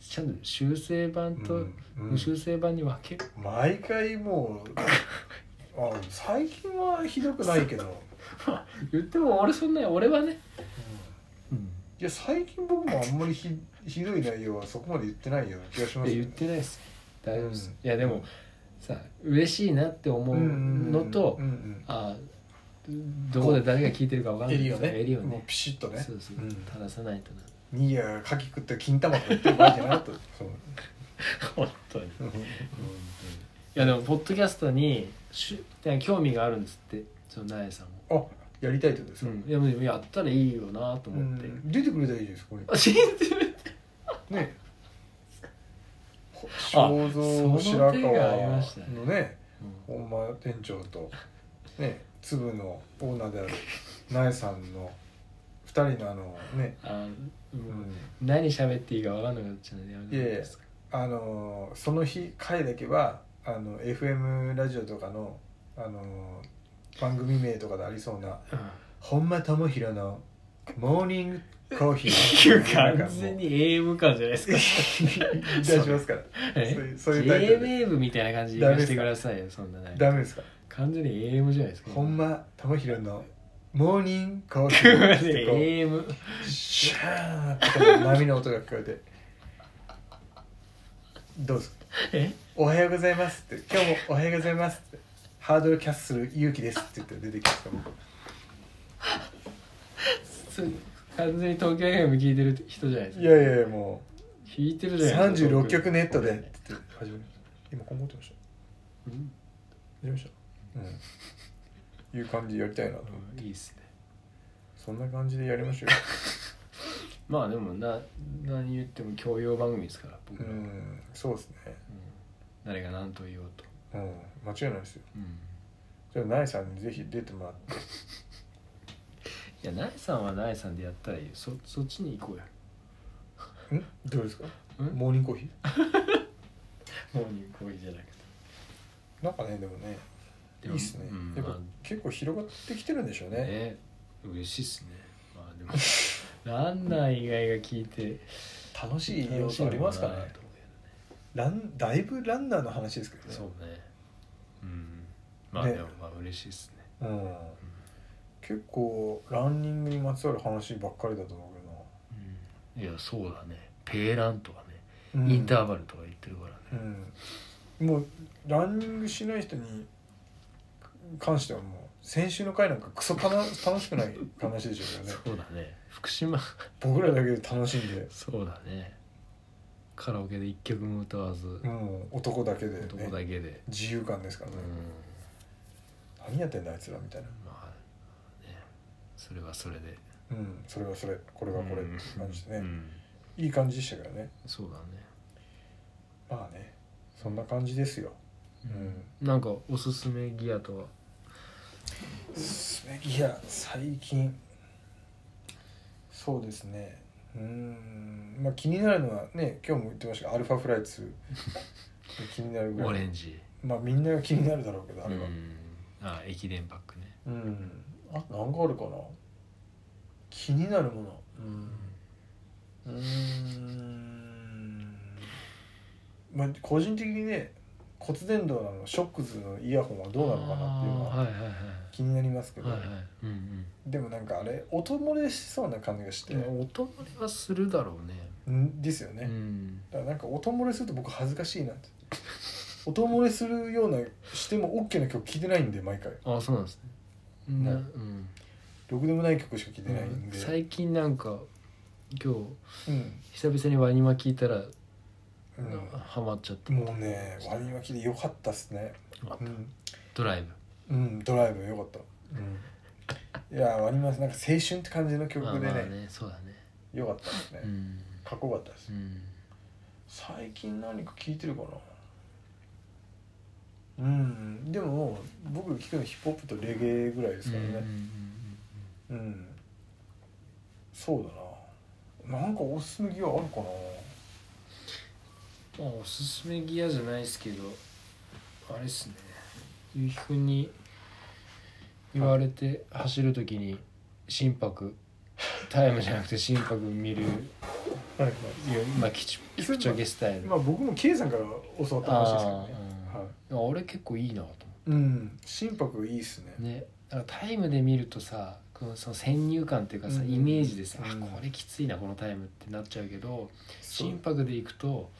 Speaker 2: ちゃんと修正版
Speaker 1: う
Speaker 2: と
Speaker 1: んうん
Speaker 2: 無修正版に分ける、
Speaker 1: 毎回もうあ最近はひどくないけど
Speaker 2: まあ言っても俺そんな俺はね、うん、
Speaker 1: いや最近僕もあんまりひひどい内容はそこまで言ってないような気がします
Speaker 2: いや
Speaker 1: よ
Speaker 2: 言っ
Speaker 1: ね
Speaker 2: てないです大丈夫です、
Speaker 1: うん
Speaker 2: いやでもさ嬉しいなって思うのと、
Speaker 1: うんうん
Speaker 2: あどこで誰が聞いてるか分かん
Speaker 1: うん
Speaker 2: ない
Speaker 1: 襟を
Speaker 2: けど
Speaker 1: ね
Speaker 2: 襟を
Speaker 1: もう
Speaker 2: ね
Speaker 1: ピシッとね
Speaker 2: そうそう、
Speaker 1: ん
Speaker 2: 垂らさないとな
Speaker 1: ニーヤが牡蠣食って金玉とか言ってる場合じゃないとそう
Speaker 2: 本当に
Speaker 1: うん
Speaker 2: いやでもポッドキャストにしゅ興味があるんですってそのなえさんも、
Speaker 1: あやりたいってことです
Speaker 2: う
Speaker 1: か、
Speaker 2: ん、いやでもやったらいいよなと
Speaker 1: う
Speaker 2: 思って、
Speaker 1: ん、出てくれたらいいですこれ
Speaker 2: あ信じる
Speaker 1: ね
Speaker 2: あ
Speaker 1: 肖像
Speaker 2: そ
Speaker 1: 白
Speaker 2: の
Speaker 1: 川
Speaker 2: 手がありましたね
Speaker 1: のね
Speaker 2: うん
Speaker 1: 本間店長とね粒のオーナーである苗さんの2 2人のあのね、
Speaker 2: あ
Speaker 1: う、
Speaker 2: もうん何喋っていいか分かんなくなっちゃうんでやめてもらっていいですか
Speaker 1: あのその日回だけはあの FM ラジオとかのあの番組名とかでありそうな本間智弘のモーニングコーヒー
Speaker 2: うん完全に AM 感じゃないですか
Speaker 1: 出しますから
Speaker 2: え
Speaker 1: そういうそういうタイトル
Speaker 2: JWAVE みたいな感じで言わせてくださいよそんなね
Speaker 1: ダメですか
Speaker 2: 完全に AM じゃないですか
Speaker 1: 本間智弘のモーニングコーヒ
Speaker 2: 完
Speaker 1: ーっつっ
Speaker 2: 全
Speaker 1: て
Speaker 2: に
Speaker 1: こう
Speaker 2: AM
Speaker 1: シャーってこう波の音が聞こえてどうですか
Speaker 2: え
Speaker 1: おはようございますって今日もおはようございますってハードルキャッスル勇気ですって言って出てきました僕
Speaker 2: そ完全に東京 FM 聞いてる人じゃないですか
Speaker 1: いやいやいやも
Speaker 2: 弾いてる
Speaker 1: う
Speaker 2: じゃない
Speaker 1: 36曲ネットでって言って始めました今こう思ってました
Speaker 2: うん
Speaker 1: 始めましたうんいう感じでやりたいなと
Speaker 2: うんいいっすね
Speaker 1: そんな感じでやりましょ
Speaker 2: まあでもな何言っても教養番組ですから
Speaker 1: う
Speaker 2: 僕
Speaker 1: よう
Speaker 2: ら、うん
Speaker 1: んそうですね
Speaker 2: 誰が何と言おうと、
Speaker 1: うん間違いないですよ
Speaker 2: うん、
Speaker 1: じゃあナイさんにぜひ出てもらって
Speaker 2: いやナエさんはナエさんでやったらいいよそそっちに行こうや
Speaker 1: んどうですか
Speaker 2: うん
Speaker 1: モーニングコーヒー
Speaker 2: モーニングコーヒーじゃなくて
Speaker 1: なんかねでもねい
Speaker 2: で
Speaker 1: い
Speaker 2: も
Speaker 1: っすね、
Speaker 2: うん
Speaker 1: やっぱ
Speaker 2: ま
Speaker 1: 結構広がってきてるんでしょう
Speaker 2: あ
Speaker 1: ね
Speaker 2: ね嬉しいっすねまあでも ランナー以外が聞いて
Speaker 1: 楽しい要素ありますかね
Speaker 2: 楽しいのなと思うけ
Speaker 1: ランだいぶランナーの話ですけど
Speaker 2: ど
Speaker 1: ね
Speaker 2: ねそうねうんまあ
Speaker 1: ね
Speaker 2: でもまあ嬉しいっすね
Speaker 1: う、ん、結構ランニングにまつわる話ばっかりだと思う
Speaker 2: うんいやそうだねペーランとかね、
Speaker 1: けどな、うん、
Speaker 2: インターバルとか言ってるからね
Speaker 1: うんもうランニングしない人に関してはもう先週の回なんかクソかな楽しくない話でしょうけどね
Speaker 2: そうだね福島
Speaker 1: 僕らだけで楽しんで、
Speaker 2: そうだねカラオケで一曲も歌わず、
Speaker 1: うん、男だけで、ね、
Speaker 2: 男だけで、
Speaker 1: 自由感ですから
Speaker 2: う
Speaker 1: ね
Speaker 2: ん、
Speaker 1: 何やってんだあいつらみたいな
Speaker 2: まあねそれはそれで
Speaker 1: うんそれはそれこれはこれっていう感じでね、
Speaker 2: うんうん
Speaker 1: いい感じでしたけどね
Speaker 2: そうだね
Speaker 1: まあねそんな感じですようん
Speaker 2: なんかおすすめギアとは
Speaker 1: すべきや最近そうですねうーんまあ気になるのはね今日も言ってましたがアルファフライ ツ気になるぐ
Speaker 2: オ
Speaker 1: ら
Speaker 2: レ
Speaker 1: い
Speaker 2: ンジ
Speaker 1: まあみんなが気になるだろうけどあれは
Speaker 2: うんあ駅伝パックね
Speaker 1: うん、あと何があるかな気になるものうんうーんまあ個人的にね骨伝導のあのショックズのイヤホンはどうなのかなっていうの
Speaker 2: あー
Speaker 1: は
Speaker 2: はいはいはい
Speaker 1: 気になりますけど、
Speaker 2: はいはいうんうん
Speaker 1: でもなんかあれ音漏れしそうな感じがして
Speaker 2: でも音漏れはするだろうね
Speaker 1: んですよ
Speaker 2: う
Speaker 1: ね、
Speaker 2: ん
Speaker 1: だからなんか音漏れすると僕恥ずかしいなって音漏れするようなしても OK な曲聴いてないんで毎回
Speaker 2: あそうなんですねな
Speaker 1: ね
Speaker 2: うん
Speaker 1: ろくでもない曲しか聴いてないんで、
Speaker 2: 最近なんか今日
Speaker 1: うん
Speaker 2: 久々にワニマ聞いたら
Speaker 1: う
Speaker 2: ハマっちゃって
Speaker 1: ん、もうねワニマキで良かったっすねうん、
Speaker 2: ドライ
Speaker 1: うん、ドライブ良かった、うん、いやワニマなんか青春って感じの
Speaker 2: ブ
Speaker 1: 曲で
Speaker 2: まあまあ
Speaker 1: ね
Speaker 2: ねそうだね
Speaker 1: 良、かったですね、
Speaker 2: うん
Speaker 1: かっこよかったです
Speaker 2: うん
Speaker 1: 最近何か聞いてるかなうんでも僕聞くのヒップホップとレゲエぐらいですから
Speaker 2: うんうんうん
Speaker 1: ねうん、そうだななんかおすすめギアあるかな
Speaker 2: うんまあおすすめギアじゃないですけどあれっすねゆうきくんに言われて走るときに心拍タイムじゃなくて心拍見るよ
Speaker 1: はいは
Speaker 2: まあキチキプチョゲスタイ
Speaker 1: い
Speaker 2: ル
Speaker 1: まあ僕も K さんから教わった話ですけどね
Speaker 2: あー
Speaker 1: はい
Speaker 2: あ俺結構いいなと思って
Speaker 1: うん心拍いいっすね
Speaker 2: ねだからタイムで見るとさこのその先入観っていうかさ、
Speaker 1: うん
Speaker 2: イメージでさ、
Speaker 1: うん
Speaker 2: あこれきついなこのタイムってなっちゃうけど
Speaker 1: そう
Speaker 2: 心拍でいくと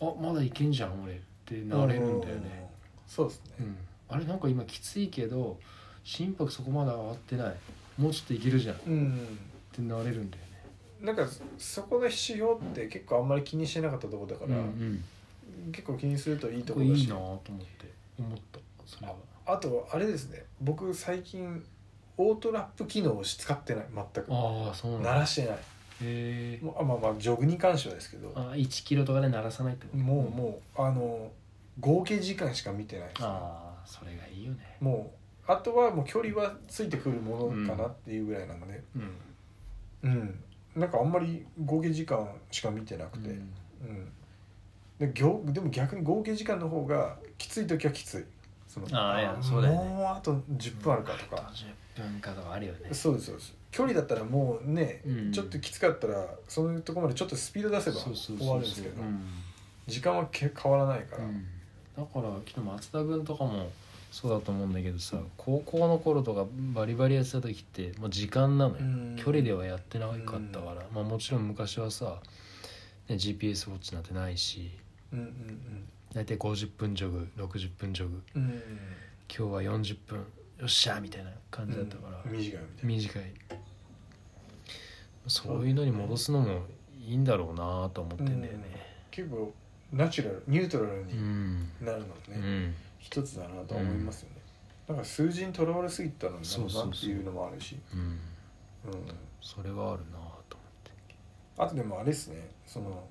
Speaker 2: あまだいけんじゃん俺ってなれるんだよね、
Speaker 1: うんそうです
Speaker 2: う
Speaker 1: ね
Speaker 2: ん、あれなんか今きついけど心拍そこまで上がってないもうちょっといけるじゃんっ
Speaker 1: うん
Speaker 2: てなれるんだよね
Speaker 1: なんかそこの指標って結構あんまり気にしてなかったとこだか
Speaker 2: だ
Speaker 1: ら、
Speaker 2: うん
Speaker 1: 結構気にするといいと
Speaker 2: こ
Speaker 1: こ
Speaker 2: れ
Speaker 1: だ
Speaker 2: い
Speaker 1: し
Speaker 2: いなと思って思ったそれは
Speaker 1: あとあれですね僕最近オートラップ機能を使ってない全く
Speaker 2: ああそうなん
Speaker 1: 鳴
Speaker 2: だ
Speaker 1: らしてない
Speaker 2: へえ
Speaker 1: もうあまあまあジョグに関してはですけど
Speaker 2: あ1キロとかで鳴らさないってこと
Speaker 1: もうもうあの合計時間しか見てないですね
Speaker 2: ああそれがいいよね
Speaker 1: もうあとはもう距離はついてくるものかなっていうぐらいなので、
Speaker 2: うん
Speaker 1: うんなんかあんまり合計時間しか見てなくて、
Speaker 2: うん
Speaker 1: うんで業でも逆に合計時間の方がきつい時はきついその
Speaker 2: あーいや
Speaker 1: ー
Speaker 2: そうだよね
Speaker 1: もうあと10分あるかとか、
Speaker 2: 10分かとかあるよね
Speaker 1: そうですそうです距離だったらもうね、
Speaker 2: うん
Speaker 1: ちょっときつかったらそういうところまでちょっとスピード出せば
Speaker 2: そうそうそうそう
Speaker 1: 終わるんですけど
Speaker 2: うん
Speaker 1: 時間はけ変わらないから、
Speaker 2: うんだから昨日松田君とかもそうだと思うんだけどさ高校の頃とかバリバリやってた時ってもう時間なのよ、
Speaker 1: うん
Speaker 2: 距離ではやってなかったから、まあ、もちろん昔はさ、ね、GPS ウォッチなんてないし
Speaker 1: うんうん
Speaker 2: 大体50分ジョグ60分ジョグ
Speaker 1: うんうん
Speaker 2: 今日は40分よっしゃみたいな感じだったから、
Speaker 1: うん短いみたいな
Speaker 2: 短いそういうのに戻すのもいいんだろうなと思ってんだよね
Speaker 1: 結構ナチュラルニュートラル
Speaker 2: う
Speaker 1: に
Speaker 2: ん、
Speaker 1: なるのも
Speaker 2: う
Speaker 1: ね、
Speaker 2: ん、
Speaker 1: 一つだなとは思いますよね、なんか数字にとらわれすぎたのにな
Speaker 2: そう
Speaker 1: の
Speaker 2: そ
Speaker 1: か
Speaker 2: う
Speaker 1: なって
Speaker 2: そう
Speaker 1: いうのもあるし
Speaker 2: うん、
Speaker 1: うん
Speaker 2: それはあるなと思って
Speaker 1: あとでもあれですねその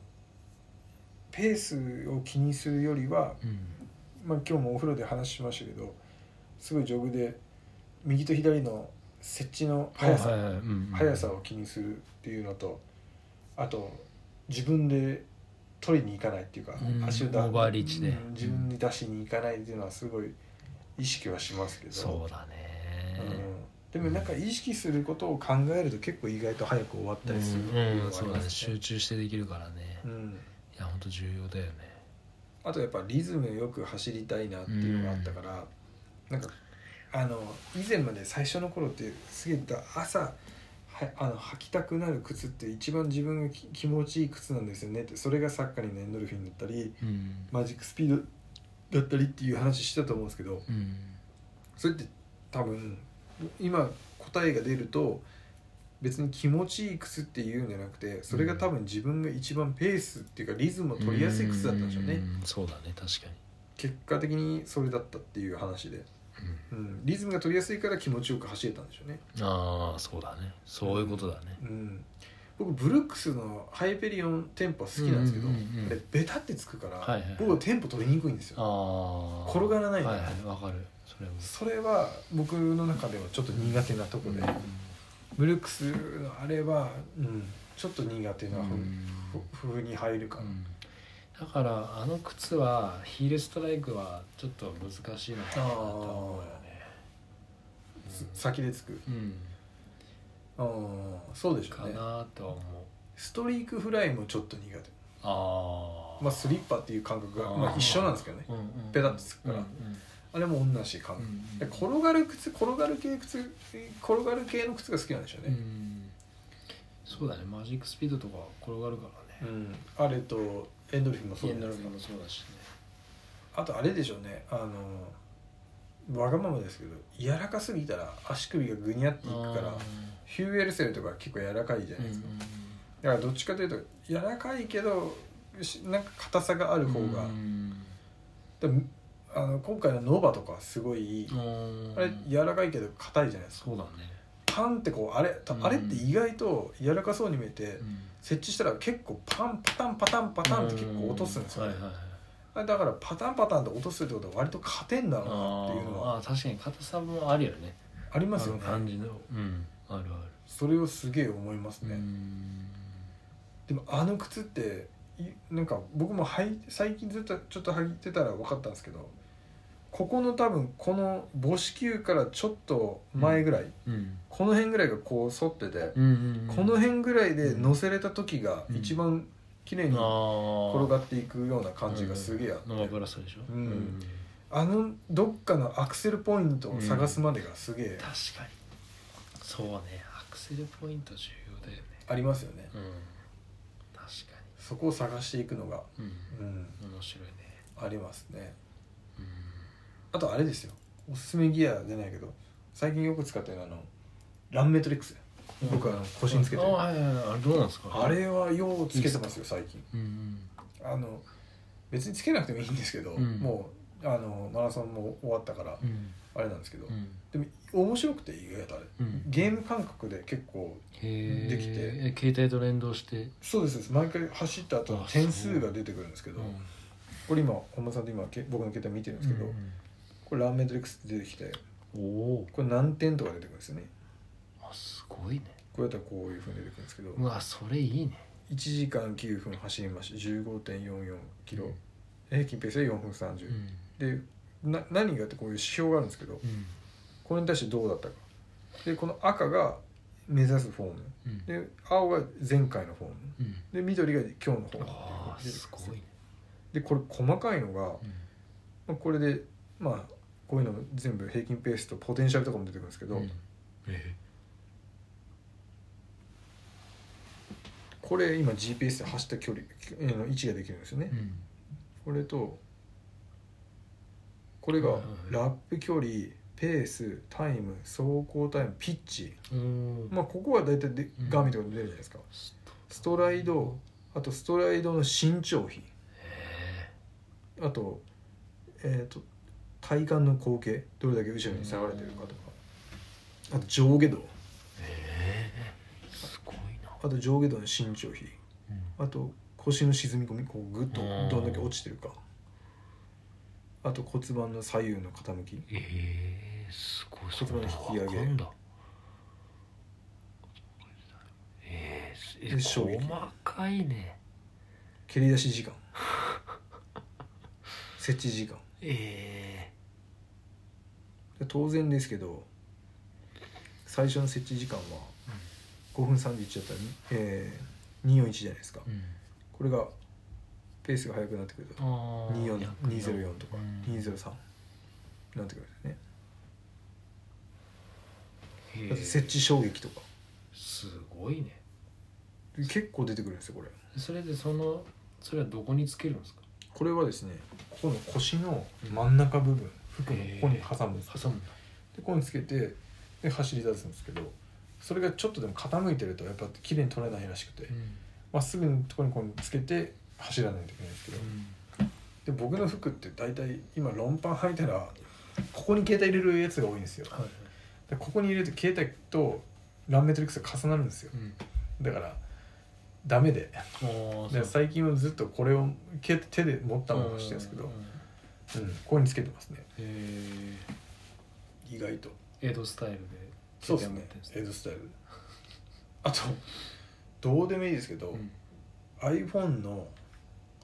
Speaker 1: ペースを気にするよりは、
Speaker 2: うん
Speaker 1: まあ、今日もお風呂で話しましたけどすごいジョグで右と左の設置の速さ、
Speaker 2: はいはいはいうん
Speaker 1: 速さを気にするっていうのとあと自分で取りに行かないっていうか、
Speaker 2: うん
Speaker 1: 足を出
Speaker 2: オーバーリーチね
Speaker 1: うん自分に出しに行かないっていうのはすごい意識はしますけど
Speaker 2: そうだね
Speaker 1: うん、でもなんか意識することを考えると結構意外と早く終わったりする
Speaker 2: うん
Speaker 1: の
Speaker 2: う
Speaker 1: が
Speaker 2: ん
Speaker 1: あ
Speaker 2: そ
Speaker 1: り
Speaker 2: う
Speaker 1: ま
Speaker 2: だね
Speaker 1: すね
Speaker 2: 集中してできるからね
Speaker 1: うん
Speaker 2: いや本当重要だよね
Speaker 1: あとやっぱリズムよく走りたいなっていうのがあったから、なんかあの以前まで最初の頃ってすげえだ朝はあの履きたくなる靴って一番自分がき気持ちいい靴なんですよねってそれがサッカーにエンドルフィンだったり
Speaker 2: うん、
Speaker 1: マジックスピードだったりっていう話してたと思うんですけど
Speaker 2: うん、
Speaker 1: それって多分今答えが出ると別に気持ちいい靴っていうんじゃなくてそれが多分自分が一番ペースっていうかリズムを取りやすい靴だったんでしょうね
Speaker 2: んそうだね確か
Speaker 1: 結果的にそれだったっていう話で、
Speaker 2: に、うん
Speaker 1: うん、リズムが取りやすいから気持ちよく走れたんでしょうね、
Speaker 2: ああそうだねそういうことだね
Speaker 1: うん、僕ブルックスのハイペリオンテンポ好きなんですけど、
Speaker 2: うんうんうんうん
Speaker 1: あれベタってつくから、
Speaker 2: はいはい
Speaker 1: 僕はテンポ取りにくいんですよ
Speaker 2: ああ
Speaker 1: 転がらないんだ
Speaker 2: は
Speaker 1: よ
Speaker 2: い
Speaker 1: ね
Speaker 2: はいわかるそれも
Speaker 1: それは僕の中ではちょっと苦手なとこで、ブルックスのあれは、うん、ちょっと苦手な
Speaker 2: うん
Speaker 1: ふふ風に入るか
Speaker 2: う
Speaker 1: ら、
Speaker 2: んだからあの靴はヒールストライクはちょっと難しいのかなと思うよね
Speaker 1: す先でつく
Speaker 2: うん
Speaker 1: ああそうでしょ
Speaker 2: か
Speaker 1: うね
Speaker 2: なとは思う
Speaker 1: ストリークフライもちょっと苦手
Speaker 2: ああ
Speaker 1: まあスリッパっていう感覚が
Speaker 2: あー
Speaker 1: まあ、一緒なんですけどね
Speaker 2: うんうん
Speaker 1: ペタッとつくから
Speaker 2: うん
Speaker 1: あれも同じ感
Speaker 2: うん
Speaker 1: 覚、で転がる靴転がる系靴転がる系の靴が好きなんでしょう
Speaker 2: う
Speaker 1: ね、
Speaker 2: んそうだねマジックスピードとか転がるから
Speaker 1: う
Speaker 2: ね
Speaker 1: んあれとエンドルフィンもそう
Speaker 2: ヒ
Speaker 1: じ
Speaker 2: エ
Speaker 1: ゃ
Speaker 2: ン
Speaker 1: な
Speaker 2: ド
Speaker 1: い
Speaker 2: ル
Speaker 1: で
Speaker 2: フ
Speaker 1: すか
Speaker 2: ィンもそうだしね
Speaker 1: あとあれでしょうねあのわがままですけど柔らかすぎたら足首がぐにゃっていくから
Speaker 2: あー
Speaker 1: ヒューエルセルとか結構柔らかいじゃ
Speaker 2: う
Speaker 1: なんいうですか、
Speaker 2: ん
Speaker 1: だからどっちかというと柔らかいけどしなんか硬さがある方が、
Speaker 2: うん
Speaker 1: でもあの今回のノバとかすごいいい、
Speaker 2: うん
Speaker 1: あれ柔らかいけど硬いじゃないですか
Speaker 2: そうだね
Speaker 1: パンってこうあれた
Speaker 2: うん
Speaker 1: あれって意外と柔らかそうに見えて、
Speaker 2: うん
Speaker 1: 設置したら結構パンパタンパタンパタンって結構落とすんですよ、
Speaker 2: う
Speaker 1: ね
Speaker 2: はいはいはい
Speaker 1: あれだからパタンパタンって落とすってことは割と勝てんだろうなっていうの
Speaker 2: あ
Speaker 1: は
Speaker 2: ー確かに硬さもあるよね
Speaker 1: あり
Speaker 2: あ
Speaker 1: ますよ
Speaker 2: の
Speaker 1: ね
Speaker 2: 感じのうんあるあ
Speaker 1: それをすげえ思います
Speaker 2: る、
Speaker 1: ね、
Speaker 2: うん
Speaker 1: でもあの靴っていなんか僕も履い最近ずっとちょっと履いてたら分かったんですけどここの多分この母子球からちょっと前ぐらい、
Speaker 2: うん
Speaker 1: この辺ぐらいがこう反ってて、
Speaker 2: うん
Speaker 1: この辺ぐらいで乗せれた時が一番綺麗に
Speaker 2: 転
Speaker 1: 転がっていくような感じがすげえあって、
Speaker 2: ノバブラストでしょ、
Speaker 1: うんあのどっかのアクセルポイントを探すまでがすげえ
Speaker 2: 確かにそうねアクセルポイント重要だよね
Speaker 1: ありますよね、
Speaker 2: うん確か
Speaker 1: そこを探していくのが、
Speaker 2: に、
Speaker 1: うん、
Speaker 2: うん、面白いね、
Speaker 1: ありますね
Speaker 2: うん、
Speaker 1: あとあれですよおすすめギアじゃないけど最近よく使ってるあのランメトリックス僕はあの腰につけて
Speaker 2: あ
Speaker 1: る
Speaker 2: はいはいはいあれどうなんですか
Speaker 1: あれはようつけてますよ最近
Speaker 2: うん
Speaker 1: あの別につけなくてもいいんですけど、
Speaker 2: うん
Speaker 1: もうあのマラソンも終わったから
Speaker 2: うんうん
Speaker 1: あれなんですけど、
Speaker 2: うん
Speaker 1: でも面白くて意外とあれ
Speaker 2: うん
Speaker 1: ゲーム感覚で結構
Speaker 2: へー
Speaker 1: できて
Speaker 2: え携帯と連動して
Speaker 1: そうですそうです毎回走った後
Speaker 2: あ
Speaker 1: 点数が出てくるんですけど、
Speaker 2: うん
Speaker 1: これ今本間さんと今け僕の携帯見てるんですけど、これランメトリックスって出てきて
Speaker 2: おお
Speaker 1: これ何点とか出てくるんですよね
Speaker 2: あすごいね
Speaker 1: こうやったらこういうふうに出てくるんですけど、
Speaker 2: うわそれいいね
Speaker 1: 1時間9分走りました15.44キロ、
Speaker 2: うん
Speaker 1: 平均ペースで4分30、
Speaker 2: うん
Speaker 1: でな何がってこういう指標があるんですけど
Speaker 2: うん
Speaker 1: これに対してどうだったかでこの赤が目指すフォーム
Speaker 2: うん
Speaker 1: で青が前回のフォーム
Speaker 2: うん
Speaker 1: で緑が今日のフォーム
Speaker 2: ああ
Speaker 1: っていう
Speaker 2: すごいね
Speaker 1: でこれ細かいのが、
Speaker 2: うん
Speaker 1: まあこれでまあこういうのも全部平均ペースとポテンシャルとかも出てくるんですけど、
Speaker 2: うんえ
Speaker 1: これ今 GPS で走った距離えーの位置ができるんですよね、
Speaker 2: えうん
Speaker 1: これとこれが
Speaker 2: はいはいはい
Speaker 1: ラップ距離ペースタイム走行タイムピッチ
Speaker 2: うん
Speaker 1: まあここは大体で
Speaker 2: うん
Speaker 1: ガーミンとかで出るじゃないですか、
Speaker 2: ス
Speaker 1: ストライドあとストライドの身長比
Speaker 2: え
Speaker 1: あとえっ、と体幹の後傾どれだけ後ろに下がれてるかとかあと上下動
Speaker 2: えすごいな
Speaker 1: あと上下動の身長比
Speaker 2: うん
Speaker 1: あと腰の沈み込みこうグッと
Speaker 2: うん
Speaker 1: どんだけ落ちてるかあと骨盤の左右の傾き
Speaker 2: ええすごい
Speaker 1: そこまで引き上げ
Speaker 2: わかんだええ
Speaker 1: で
Speaker 2: え
Speaker 1: 衝撃
Speaker 2: 細かいね
Speaker 1: 蹴り出し 時間設置時間
Speaker 2: え
Speaker 1: で当然ですけど最初の設置時間は5分31だったら、えー、241じゃないですか
Speaker 2: えうん
Speaker 1: これがペースが速くなってくると
Speaker 2: ああ
Speaker 1: 24 204とか
Speaker 2: うん
Speaker 1: 203なってくるんですね
Speaker 2: へ
Speaker 1: あと
Speaker 2: え
Speaker 1: 設置衝撃とか
Speaker 2: すごいね
Speaker 1: 結構出てくるんですよこれ
Speaker 2: それでそのそれはどこにつけるんですか
Speaker 1: これはですねここの腰の真ん中部分服のここに挟むんです
Speaker 2: 挟むんだ
Speaker 1: でここにつけてで走り出すんですけどそれがちょっとでも傾いてるとやっぱ綺麗に取れないらしくて
Speaker 2: うん
Speaker 1: まっすぐのところにこうつけて走らないといけないんですけどで僕の服って大体今ロンパン履いたらここに携帯入れるやつが多いんですよ
Speaker 2: はい
Speaker 1: でここに入れると携帯とランメトリックスが重なるんですよ
Speaker 2: うん
Speaker 1: だからダメで
Speaker 2: ああ
Speaker 1: で最近はずっとこれをけ手で持ったまましてるんですけど、
Speaker 2: うん
Speaker 1: うんここにつけてますね
Speaker 2: え
Speaker 1: 意外と
Speaker 2: え江戸スタイルで
Speaker 1: そうですね
Speaker 2: 携帯持ってんす
Speaker 1: エドスタイル あとどうでもいいですけど、
Speaker 2: うん、
Speaker 1: iPhone の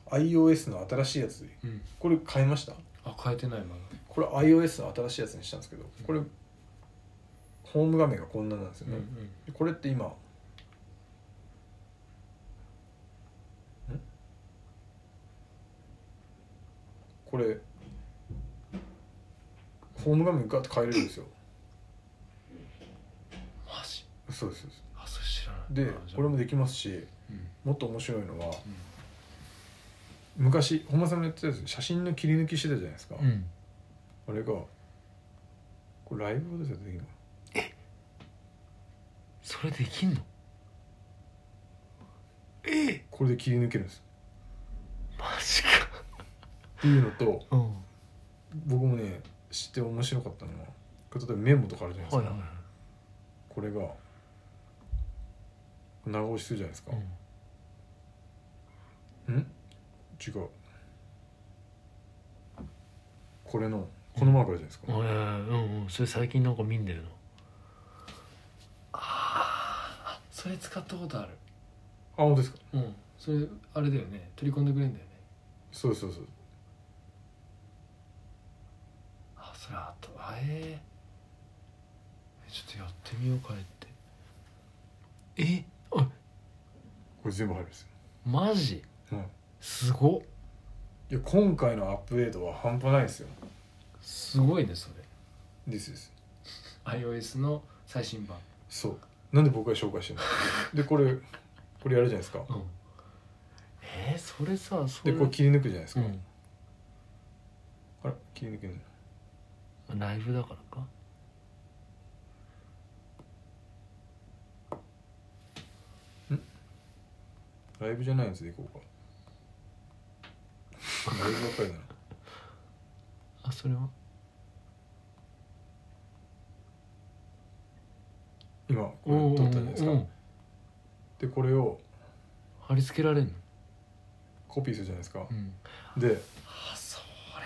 Speaker 1: iOS の新しいやつ
Speaker 2: うん、
Speaker 1: これ買いました
Speaker 2: あ変えてないまだ
Speaker 1: これ iOS の新しいやつにしたんですけどこれホーム画面がこんななんですよ
Speaker 2: うん
Speaker 1: ね
Speaker 2: う、ん
Speaker 1: でこれって今んこれホーム画面ガッと変えれるんですよ
Speaker 2: マジ
Speaker 1: そうですそうです
Speaker 2: あそれ知らない
Speaker 1: で
Speaker 2: あじゃあ
Speaker 1: これもできますし
Speaker 2: うん
Speaker 1: もっと面白いのは
Speaker 2: う
Speaker 1: 昔本間さんもやってたやつ写真の切り抜きしてたじゃないですか、
Speaker 2: ん、うん、
Speaker 1: あれがこれライブですよ今
Speaker 2: それできんの
Speaker 1: これで切り抜けるんです
Speaker 2: マジか
Speaker 1: っていうのと
Speaker 2: うん
Speaker 1: 僕もね知って面白かったのは例えばメモとかあるじゃないです
Speaker 2: は
Speaker 1: か、
Speaker 2: いは
Speaker 1: これが長押しするじゃないですか
Speaker 2: い、うん、
Speaker 1: うん、違うこれのこのマークあるじゃないですか、
Speaker 2: えうんうんそれ最近なんか見んだよなああそれ使ったことある
Speaker 1: あ本当ですか
Speaker 2: うんそれあれだよね取り込んでくれんだよね
Speaker 1: そうそうそう
Speaker 2: あそれあとあえー、えちょっとやってみようかえってえあ
Speaker 1: これ全部入るんですよ、
Speaker 2: マジ
Speaker 1: うん、い
Speaker 2: すごっ
Speaker 1: や今回のアップデートは半端ないですよ
Speaker 2: すごいねそれ
Speaker 1: ですです
Speaker 2: iOS の最新版
Speaker 1: そうなんで僕が紹介してるの でこれこれやるじゃないですか
Speaker 2: うんえー、それさそ
Speaker 1: で
Speaker 2: れ
Speaker 1: こう切り抜くじゃないです
Speaker 2: う
Speaker 1: か、
Speaker 2: ん
Speaker 1: あら切り抜けない
Speaker 2: ライブだからか
Speaker 1: ライブじゃないやつでいこうかライブばっかりだな
Speaker 2: あそれは
Speaker 1: 今これ撮ったじゃないですか
Speaker 2: うん
Speaker 1: でこれを
Speaker 2: 貼り付けられんの
Speaker 1: コピーするじゃないですか
Speaker 2: うん
Speaker 1: で
Speaker 2: あそれ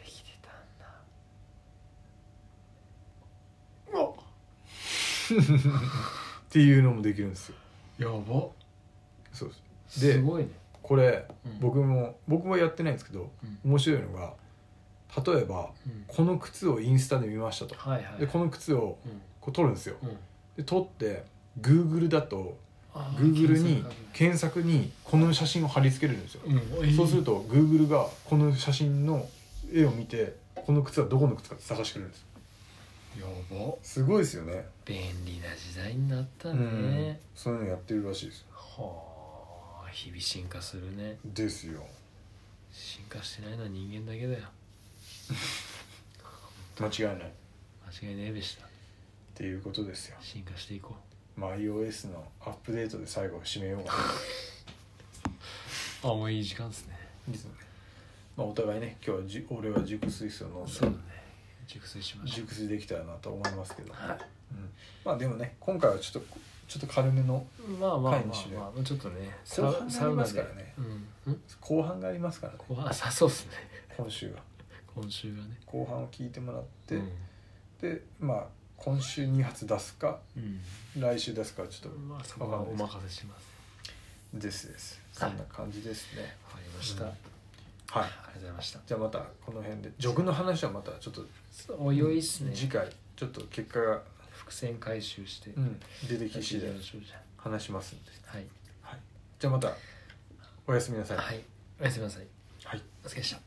Speaker 2: で出てきてたん
Speaker 1: っ
Speaker 2: だ
Speaker 1: ていうのもできるんですよ
Speaker 2: やば
Speaker 1: そうです
Speaker 2: すごいね、
Speaker 1: これ
Speaker 2: うん、
Speaker 1: 僕も僕はやってないんですけど
Speaker 2: うん
Speaker 1: 面白いのが例えば
Speaker 2: うん
Speaker 1: この靴をインスタで見ましたと
Speaker 2: はいはい
Speaker 1: でこの靴をこう撮るんですよ
Speaker 2: うんうん
Speaker 1: で撮って Google だと
Speaker 2: あー
Speaker 1: Google に
Speaker 2: 検
Speaker 1: 検索にこの写真を貼り付けれるんですよ
Speaker 2: 索うん
Speaker 1: そうすると Google がこの写真の絵を見てこの靴はどこの靴かって探してくれるんですよ
Speaker 2: やば
Speaker 1: すごいですよね
Speaker 2: 便利な時代になった
Speaker 1: うん
Speaker 2: ね、
Speaker 1: そういうのやってるらしいです
Speaker 2: はあ日々進化するね
Speaker 1: ですよ
Speaker 2: 進化してないのは人間だけだよ
Speaker 1: 間違いないっ
Speaker 2: 間違いねえべした
Speaker 1: ていうことですよ
Speaker 2: 進化していこ
Speaker 1: まあ iOS のアップデートで最後締めようかな
Speaker 2: うあもういい時間ですね
Speaker 1: ですねまあお互いね今日はじ俺は熟睡水を飲んで
Speaker 2: そうだね熟睡しましょう
Speaker 1: 熟睡できたらなと思いますけど、
Speaker 2: は
Speaker 1: うん、
Speaker 2: い
Speaker 1: まあでもね今回はちょっとちょっと軽めの
Speaker 2: まあまあまあ
Speaker 1: 会にしよう
Speaker 2: まあちょっとね
Speaker 1: 後半がありますからね
Speaker 2: サウナ
Speaker 1: 後半がありますからね
Speaker 2: でうんん後半あさそうっすね
Speaker 1: 今週は
Speaker 2: 今週はね
Speaker 1: 後半を聞いてもらって、
Speaker 2: うん
Speaker 1: でまあ今週2発出すか
Speaker 2: うん
Speaker 1: 来週出すかはちょっ
Speaker 2: まあそこはお任せします
Speaker 1: とですですそんな感じですね
Speaker 2: わかりました、
Speaker 1: うん
Speaker 2: あり
Speaker 1: はい、
Speaker 2: がとうございました
Speaker 1: じゃあまたこの辺でジョグの話はまたちょっと
Speaker 2: およいっすね
Speaker 1: 次回ちょっと結果が、
Speaker 2: 伏線回収して
Speaker 1: うん、出て
Speaker 2: やって
Speaker 1: き
Speaker 2: い
Speaker 1: 次
Speaker 2: き
Speaker 1: 第
Speaker 2: ましょうじゃん
Speaker 1: 話しますんで、
Speaker 2: はい
Speaker 1: はい、じゃあまたおやすみなさい
Speaker 2: はいおやすみなさい
Speaker 1: はい
Speaker 2: お疲れ様でした